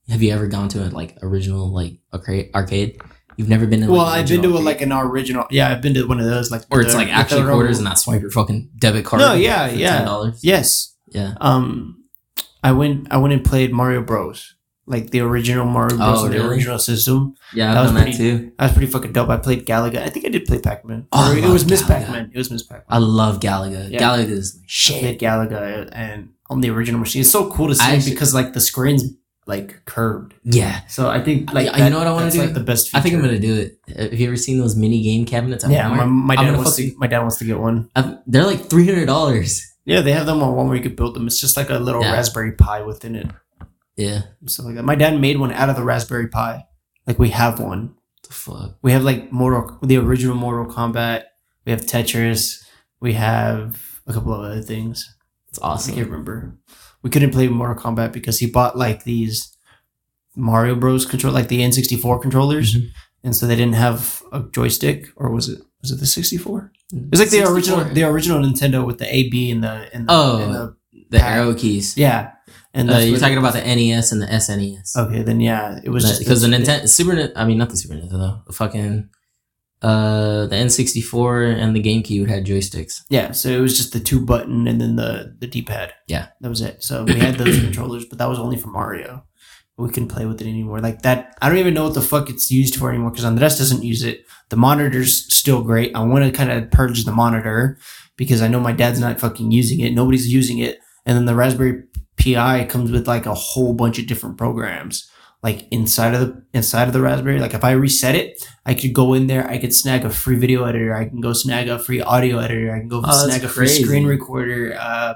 S2: Have you ever gone to a like original like arcade? Arcade? You've never been to. Like,
S1: well,
S2: an
S1: I've been to
S2: original
S1: a, like
S2: arcade?
S1: an original. Yeah, I've been to one of those. Like
S2: Or it's like
S1: the-
S2: actually
S1: the-
S2: quarters and not swipe your fucking debit card.
S1: No, yeah,
S2: for
S1: yeah.
S2: $10.
S1: Yes,
S2: Yeah.
S1: um I went I went and played Mario Bros. Like the original Mario Bros.
S2: Oh,
S1: and the
S2: really?
S1: original system.
S2: Yeah, I've
S1: That was
S2: done that
S1: pretty-
S2: too.
S1: I was pretty fucking dope. I played Galaga. I think I did play Pac-Man.
S2: Oh,
S1: Or
S2: I
S1: it
S2: love
S1: was Miss
S2: Galaga.
S1: Pac-Man. It was Miss Pac-Man.
S2: I love Galaga.
S1: Yeah.
S2: Galaga is my
S1: I
S2: shit.
S1: played Galaga and on the original machine. It's so cool to see
S2: I actually-
S1: because like the screen's like curved.
S2: Yeah.
S1: So I think like
S2: Yeah, you know what I wanna
S1: that's,
S2: do?
S1: Like the best. Feature.
S2: I think I'm gonna do it. Have you ever seen those mini game cabinets? at
S1: Yeah, my,
S2: Walmart?
S1: my
S2: I'm
S1: dad
S2: gonna
S1: wants to.
S2: fucking-
S1: My dad wants to get one.
S2: I've- they're like three hundred dollars.
S1: Yeah, they have them on one where you could build them. It's just like a little
S2: Yeah.
S1: Raspberry Pi within it,
S2: Yeah.
S1: and stuff like that. My dad made one out of the Raspberry Pi. Like we have one.
S2: the fuck?
S1: We have like Mortal, the original Mortal Kombat. We have Tetris. We have a couple of other things.
S2: It's
S1: I
S2: awesome.
S1: can't remember. We couldn't play Mortal Kombat because he bought like these Mario Bros. control, like the N64 controllers,
S2: Mhm.
S1: and so they didn't have a joystick, or was it was it the 64? It was like the original,
S2: 64.
S1: the original Nintendo with the A, B, and the and the,
S2: Oh.
S1: and the-
S2: the arrow keys.
S1: yeah. And
S2: Uh,
S1: that's
S2: you're
S1: what-
S2: talking about the Oh, NES and the SNES.
S1: okay, then yeah, it was just
S2: because the Nintendo Super. Ni- I mean, not the Super Nintendo. The fucking. Uh, the N64 and the GameCube had joysticks.
S1: Yeah, so it was just the two button and then the the D pad.
S2: Yeah.
S1: that was it. So we had those (clears throat) controllers, but that was only for Mario. We couldn't play with it anymore. Like that, I don't even know what the fuck it's used for anymore because Andres doesn't use it. The monitor's still great. I want to kind of purge the monitor because I know my dad's not fucking using it. Nobody's using it, and then the Raspberry Pi comes with like a whole bunch of different programs. like inside of the inside of the raspberry like if i reset it i could go in there i could snag a free video editor i can go snag a free audio editor i can go
S2: Oh, that's
S1: snag a free screen
S2: crazy.
S1: recorder uh,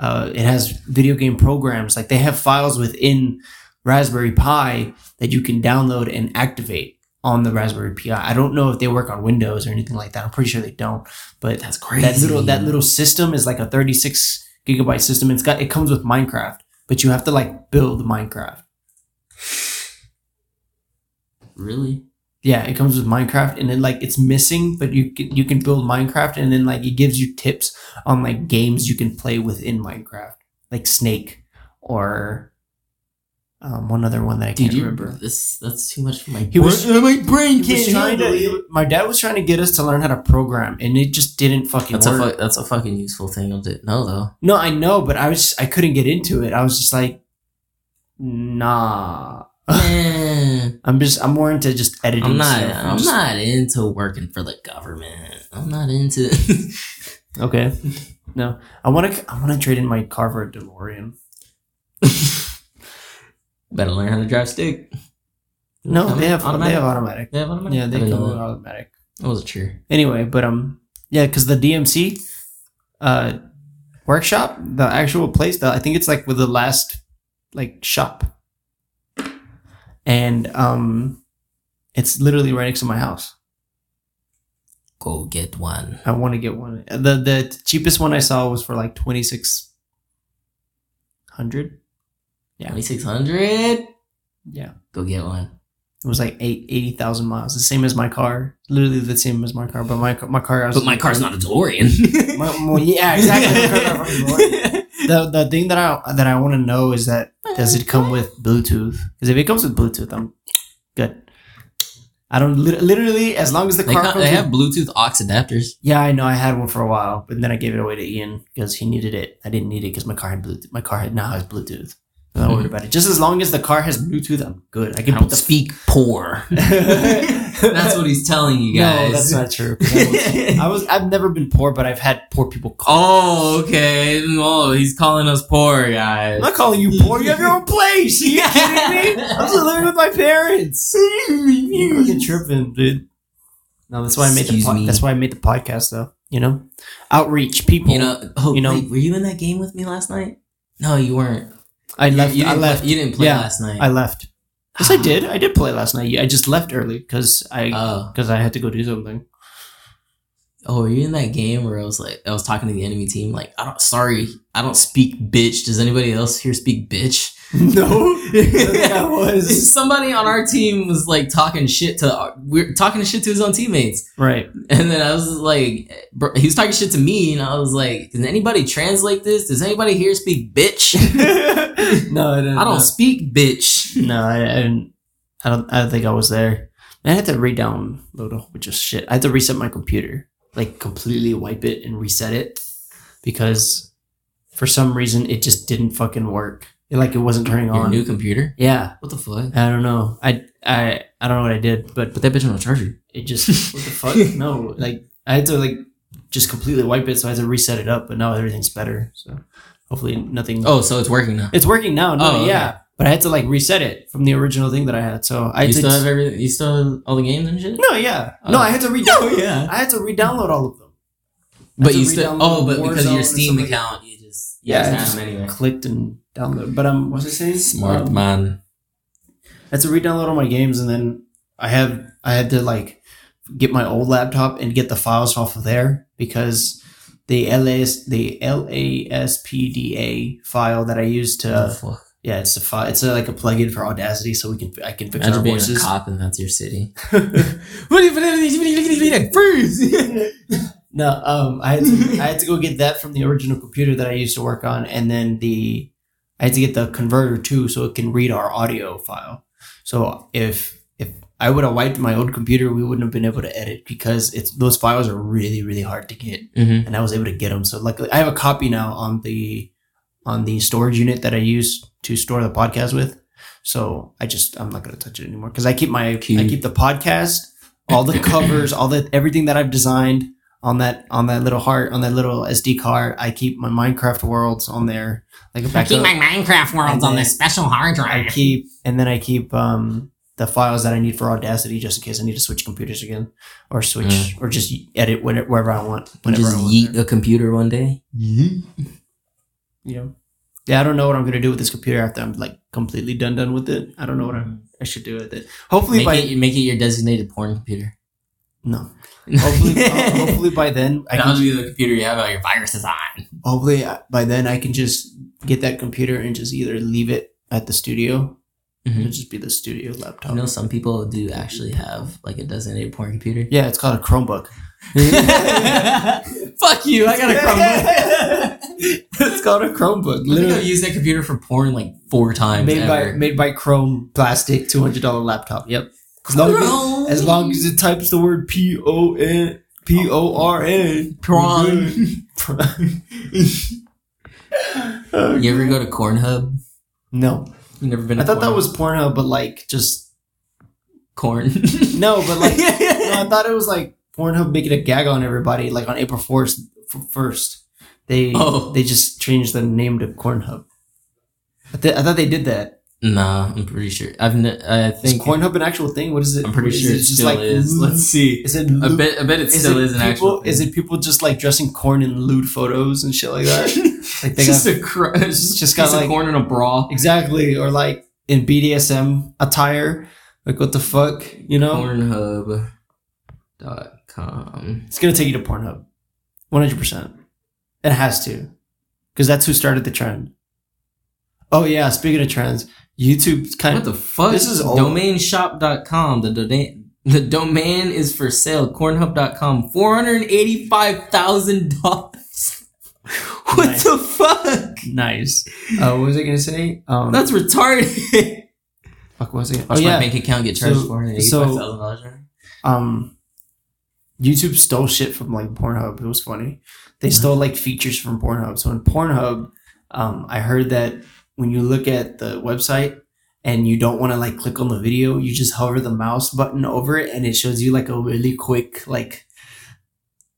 S1: uh, it has video game programs like they have files within raspberry pi that you can download and activate on the raspberry pi i don't know if they work on windows or anything like that i'm pretty sure they don't but
S2: That's crazy.
S1: that little that little system is like a 36 gigabyte system. It's got it comes with Minecraft, but you have to like build Minecraft.
S2: really.
S1: Yeah, it comes with Minecraft, and then like it's missing, but you can, you can build Minecraft, and then like it gives you tips on like games you can play within Minecraft, like Snake or um, one other one that I
S2: Dude,
S1: can't
S2: you
S1: remember.
S2: this? That's too much for my.
S1: He was-
S2: brain. my brain
S1: He was
S2: can't
S1: trying
S2: handle it.
S1: to, my dad was trying to get us to learn how to program, and it just didn't fucking
S2: That's a
S1: work.
S2: fu- that's a fucking useful thing to do. No, (laughs) though.
S1: No, I know, but I was I couldn't get into it. I was just like, nah.
S2: Eh,
S1: I'm just I'm more into just editing.
S2: I'm not.
S1: stuff.
S2: I'm
S1: Just-
S2: not into working for the government. I'm not into. (laughs)
S1: okay. No, I want to I want to trade in my car for a DeLorean.
S2: Better learn how to drive stick.
S1: No,
S2: Autom-
S1: they have
S2: automatic.
S1: they have automatic.
S2: They have automatic.
S1: Yeah, they
S2: I
S1: come
S2: didn't know
S1: with
S2: that.
S1: automatic.
S2: I wasn't sure.
S1: Anyway, but um, yeah, because the DMC, uh, workshop, the actual place, the, I think it's like with the last, like shop, and um, it's literally right next to my house.
S2: Go get one.
S1: I want to get one. the The cheapest one I saw was for like twenty six hundred. Yeah.
S2: Twenty six hundred.
S1: Yeah,
S2: Go get one.
S1: it was like eight eighty thousand miles. The same as my car, literally the same as my car. But my ca- my car, I was,
S2: But my car's not a DeLorean.
S1: (laughs)
S2: (laughs)
S1: My- my- yeah, exactly. My car's not fucking DeLorean. the the thing that I that I want to know is that does it come with Bluetooth? Because if it comes with Bluetooth, I'm good. I don't lit- literally as long as the
S2: They,
S1: car.
S2: got-
S1: comes
S2: they
S1: with-
S2: have Bluetooth aux adapters.
S1: Yeah, I know. I had one for a while, but then I gave it away to Ian because he needed it. I didn't need it because my car had Bluetooth. My car now has Bluetooth. I'm not worried about it. Just as long as the car has Bluetooth, I'm good. I
S2: I
S1: can put
S2: don't
S1: the.
S2: speak poor.
S1: that's (laughs)
S2: That's what he's telling (laughs) you
S1: No,
S2: guys.
S1: that's not true. 'cause I was- (laughs) I was. I've never been poor, but I've had poor people call.
S2: oh, okay. Oh, he's calling us poor guys.
S1: I'm not calling you poor. You have your own place. Are you kidding me? I'm just living with my (laughs) parents. You're fucking tripping, dude. No, that's why I made
S2: Excuse
S1: the. Po-
S2: me.
S1: that's why I made the podcast, though. You know, outreach people.
S2: You know, oh,
S1: You know-
S2: wait, were you in that game with me last night? No, you weren't.
S1: I left.
S2: You, you
S1: I
S2: didn't
S1: left.
S2: Play, you didn't play
S1: Yeah,
S2: last night.
S1: I left. Yes, I did. I did play last night. I just left early because I
S2: Oh,
S1: because I had to go do something.
S2: oh, were you in that game where I was like, I was talking to the enemy team, like, I don't, sorry, I don't speak bitch. Does anybody else here speak bitch?
S1: (laughs)
S2: (laughs)
S1: No, (laughs)
S2: that Somebody on our team was like talking shit to, we're talking shit to his own teammates.
S1: right.
S2: And then I was like, bro, he was talking shit to me, and I was like, "Does anybody translate this? Does anybody here speak (laughs) bitch?
S1: no, I don't.
S2: I don't speak bitch."
S1: No, I, I didn't. I don't. I don't think I was there. I had to re-download a whole bunch of shit. I had to reset my computer, like completely wipe it and reset it, because for some reason it just didn't fucking work. It, like it wasn't turning
S2: Your
S1: on.
S2: new computer?
S1: yeah,
S2: What the fuck?
S1: I don't know. I I I don't know what I did, but
S2: Put that bitch on a charger.
S1: it
S2: (laughs)
S1: just what the fuck no like i had to like just completely wipe it so i had to reset it up but now everything's better so hopefully nothing
S2: Oh, so it's working now.
S1: it's working now no
S2: Oh,
S1: yeah but i had to like reset it from the original thing that i had so i
S2: you
S1: did
S2: still have everything? You still have all the games and shit?
S1: no yeah no
S2: Oh.
S1: i had
S2: (laughs)
S1: to re
S2: Oh, yeah.
S1: i had to re-download all of them I had
S2: But
S1: to
S2: you still?
S1: re-download
S2: Oh, but because
S1: Warzone
S2: of your
S1: and
S2: Steam
S1: something.
S2: account, you just you
S1: Yeah, I
S2: just
S1: just
S2: had them anyway.
S1: clicked and downloaded but um what's it saying
S2: Smart
S1: Um,
S2: man.
S1: I had to re-download all my games, and then I have I had to like get my old laptop and get the files off of there because the LAS the LASPDA file that I used
S2: What the
S1: to
S2: fuck?
S1: yeah it's a file it's a, like a plugin for Audacity so we can I can fix
S2: Imagine
S1: our
S2: being
S1: voices.
S2: a cop and that's
S1: (laughs)
S2: your city. What if- what if- what if- (laughs) Freeze!
S1: No, um, I had to, I had to go get that from the original computer that I used to work on, and then the I had to get the converter too, so it can read our audio file. So if if I would have wiped my old computer, we wouldn't have been able to edit because it's those files are really really hard to get,
S2: Mhm.
S1: and I was able to get them. So luckily, I have a copy now on the on the storage unit that I use to store the podcast with. So I just I'm not gonna touch it anymore because I keep my I
S2: Cute.
S1: keep the podcast, all the covers, all the everything that I've designed on that on that little heart on that little SD card. I keep my Minecraft worlds on there, like a
S4: I
S1: backup.
S4: keep my Minecraft worlds on this special hard
S1: I
S4: drive.
S1: keep and then I keep um, the files that I need for Audacity just in case I need to switch computers again, or switch or just edit whenever, wherever I want. Whenever
S2: Mm. just
S1: I want
S2: yeet a computer one day.
S1: you know. Yeah, I don't know what I'm gonna do with this computer after I'm like completely done done with it. I don't know what i I should do with it. Hopefully
S2: Make
S1: by
S2: it, make it your designated porn computer.
S1: no.
S2: (laughs)
S1: Hopefully, uh, hopefully by then I
S2: That'll
S1: can.
S2: be the computer you have all your viruses on.
S1: Hopefully uh, by then I can just get that computer and just either leave it at the studio.
S2: Mhm.
S1: It'll just be the studio laptop.
S2: I know some people do actually have like a designated porn
S1: (laughs)
S2: computer. (laughs)
S1: Yeah, it's called a Chromebook.
S2: Fuck you! I got a Chromebook.
S1: it's called a Chromebook.
S2: I think I've
S1: Literally
S2: used that computer for porn like four times.
S1: made by
S2: ever.
S1: made by Chrome plastic two hundred dollar laptop. Yep. As long as-
S2: Chrome.
S1: As long as it types the word P O N P O R N.
S2: Prawn. (laughs)
S1: Prawn.
S2: you ever go to Cornhub?
S1: No.
S2: You never been?
S1: I
S2: To
S1: thought that
S2: Cornhub?
S1: was Pornhub, but like just
S2: corn. (laughs)
S1: (laughs) no, but like no, I thought it was like Pornhub making a gag on everybody, like on April Fourth first. They
S2: Oh.
S1: they just changed the name to Cornhub. I, th- I thought they did that.
S2: nah, I'm pretty sure. I've ne- I
S1: Is
S2: think
S1: Pornhub an actual thing? What is it?
S2: I'm pretty
S1: What is
S2: sure
S1: it?
S2: it,
S1: It's
S2: still is.
S1: lewd-
S2: Let's see.
S1: Is it?
S2: I
S1: lewd-
S2: bet I bet it still is, an
S1: people,
S2: actual.
S1: Is
S2: thing.
S1: it people just like dressing corn in lewd photos and shit like
S2: (laughs)
S1: that? like they got,
S2: It's just a cr- (laughs) it's just,
S1: just
S2: just
S1: got,
S2: got
S1: like-
S2: corn and a bra.
S1: exactly, or like in BDSM attire. Like what the fuck, you know?
S2: Pornhub.com.
S1: It's gonna take you to Pornhub, one hundred percent. It has to, because that's who started the trend. Oh yeah, speaking of trends, YouTube kind
S2: What
S1: of
S2: the fuck?
S1: This is old.
S2: domainshop.com. The domain the domain is for sale. Cornhub.com. Four hundred eighty five thousand dollars. (laughs) What
S1: Nice.
S2: the fuck?
S1: nice. Uh, what was I gonna say? Um,
S2: That's retarded.
S1: fuck. What was I? Gonna, oh
S2: Watch my
S1: yeah.
S2: bank account get charged
S1: So-
S2: four hundred eighty
S1: so-
S2: five thousand dollars.
S1: Um, YouTube stole shit from like Pornhub. It was funny. They stole like features from Pornhub. So in Pornhub, um, I heard that when you look at the website and you don't want to like click on the video, you just hover the mouse button over it and it shows you like a really quick like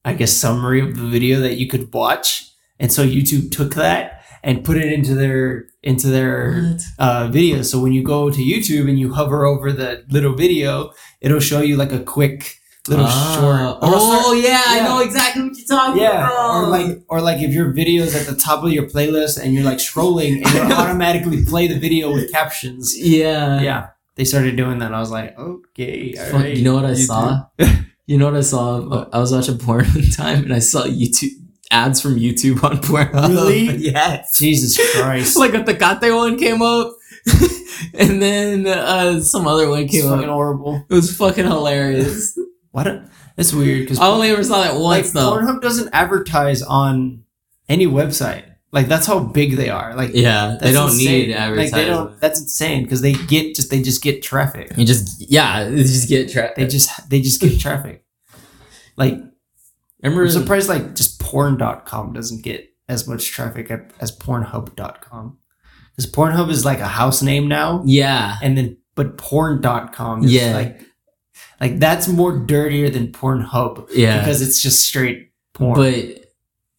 S1: I guess summary of the video that you could watch. And so YouTube took that and put it into their into their uh, video. So when you go to YouTube and you hover over the little video, it'll show you like a quick little short. Or a
S2: Ah. Oh
S1: cer-
S2: yeah,
S1: yeah.
S2: I know exactly what you're talking
S1: yeah,
S2: about.
S1: or like or like if your video is at the top of your playlist and you're like scrolling, and
S2: (laughs)
S1: it'll automatically play the video with captions.
S2: yeah,
S1: Yeah, they started doing that. and I was like, okay, all
S2: Fuck,
S1: right,
S2: you know what I
S1: YouTube.
S2: saw? (laughs) you know what I saw? I was watching porn (laughs) one time and I saw YouTube ads from YouTube on Pornhub.
S1: Really?
S2: (laughs) Yes.
S1: Jesus Christ!
S2: (laughs) like a Tecate one came up, (laughs) and then uh, some other one
S1: it's
S2: came
S1: fucking
S2: up.
S1: horrible.
S2: It was fucking hilarious.
S1: Why don't? That's weird because
S2: I only ever saw that
S1: like
S2: once though.
S1: Pornhub doesn't advertise on any website. Like that's how big they are. Like
S2: Yeah, they
S1: That's
S2: don't
S1: insane.
S2: need
S1: Like
S2: advertising.
S1: they don't. That's insane because they get just they just get traffic.
S2: You just yeah, (laughs) you just get trapped.
S1: They just they just get traffic. Like
S2: remember
S1: I'm surprised like just porn.com doesn't get as much traffic at- as pornhub.com. Because Pornhub is like a house name now,
S2: Yeah.
S1: and then but porn.com is
S2: Yeah.
S1: like like that's more dirtier than Pornhub
S2: Yeah.
S1: because it's just straight porn.
S2: but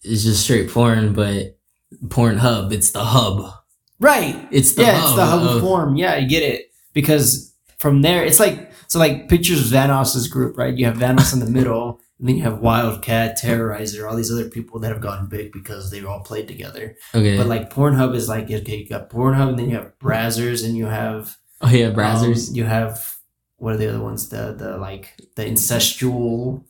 S2: it's just straight porn, but Pornhub, it's the hub.
S1: right.
S2: It's the
S1: Yeah,
S2: hub.
S1: it's the hub of
S2: of-
S1: form. Yeah, I get it. Because from there, it's like so like pictures of Vanos's group, right? You have Vanos in the middle, and then you have Wildcat, Terrorizer, all these other people that have gotten big because they've all played together.
S2: Okay.
S1: But like Pornhub is like okay, you got Pornhub, and then you have Brazzers, and you have
S2: oh yeah,
S1: um,
S2: browsers.
S1: you have what are the other ones? The the like the incestual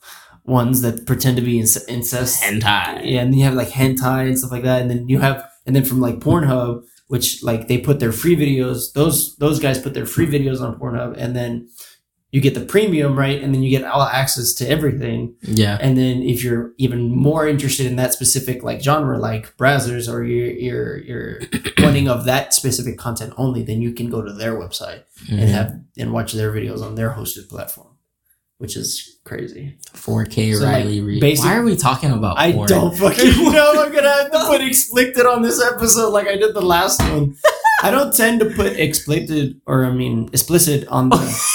S1: ones that pretend to be inc- incest.
S2: hentai.
S1: Yeah, and then you have like hentai and stuff like that, and then you have and then from like Pornhub, which like they put their free videos, those those guys put their free videos on Pornhub, and then you get the premium, right? And then you get all access to everything.
S2: Yeah.
S1: And then if you're even more interested in that specific like genre, like browsers, or you're you're you're wanting of that specific content only, then you can go to their website
S2: Mm-hmm.
S1: and have and watch their videos on their hosted platform, which is crazy.
S2: 4K
S1: So, like,
S2: Riley Reid.
S1: basic-
S2: Why are we talking about
S1: I (laughs)
S2: porn?
S1: don't fucking know. I'm gonna have to put explicit on this episode like I did the last one. I don't tend to put explicit or I mean explicit on the. (laughs)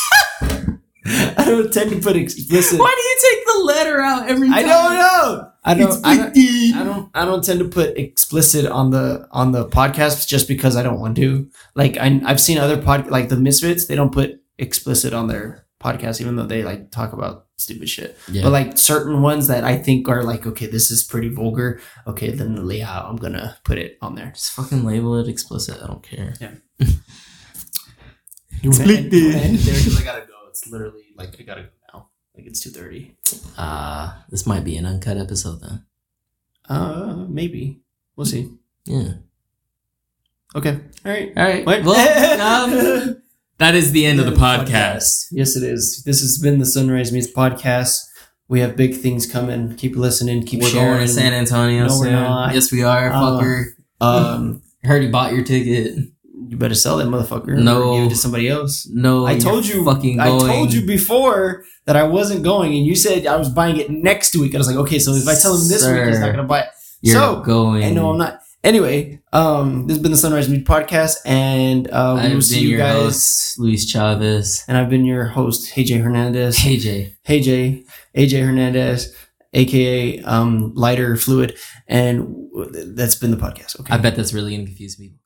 S1: I don't tend to put explicit.
S2: Why do you take the letter out every time.
S1: I don't know. I
S2: It's
S1: don't. I don't.
S2: pretty.
S1: I don't. I don't tend to put explicit on the on the podcast just because I don't want to. Like I, I've seen other pod like the Misfits, they don't put explicit on their podcast, even though they like talk about stupid shit.
S2: Yeah.
S1: But like certain ones that I think are like, okay, this is pretty vulgar. Okay, then the layout, I'm gonna put it on there.
S2: Just fucking label it explicit. I don't care.
S1: You wanna
S2: Split
S1: end- you wanna
S2: it.
S1: end it there? 'Cause I gotta go. It's literally like I gotta go now. Like it's two thirty.
S2: Uh, this might be an uncut episode then.
S1: Uh, maybe we'll see.
S2: Yeah.
S1: Okay. All right.
S2: All right.
S1: What? (laughs)
S2: Well, um, that is the end of the podcast.
S1: Yes, it is. This has been the Sunrise Meets podcast. We have big things coming. Keep listening. Keep
S2: We're
S1: sharing.
S2: going to San Antonio
S1: No, we're
S2: soon.
S1: not.
S2: Yes, we are.
S1: Uh,
S2: fucker.
S1: um,
S2: I heard you bought your ticket.
S1: you better sell that motherfucker.
S2: No.
S1: or give it to somebody else.
S2: No,
S1: I
S2: you're
S1: told you.
S2: fucking.
S1: I
S2: going.
S1: told you before that I wasn't going, and you said I was buying it next week. I was like, okay, so if I tell him this week, he's
S2: Sir.
S1: not gonna buy it.
S2: You're
S1: So,
S2: going.
S1: And no, I'm not. Anyway, um, this has been the Sunrise Meets podcast, and uh, we
S2: I've
S1: will
S2: been
S1: see you
S2: your
S1: guys.
S2: host, Luis Chavez.
S1: And I've been your host, AJ Hernandez.
S2: Hey, Jay.
S1: Hey Jay, AJ Hernandez, aka um, Lighter Fluid, and w- that's been the podcast. Okay.
S2: I bet that's really gonna confuse people.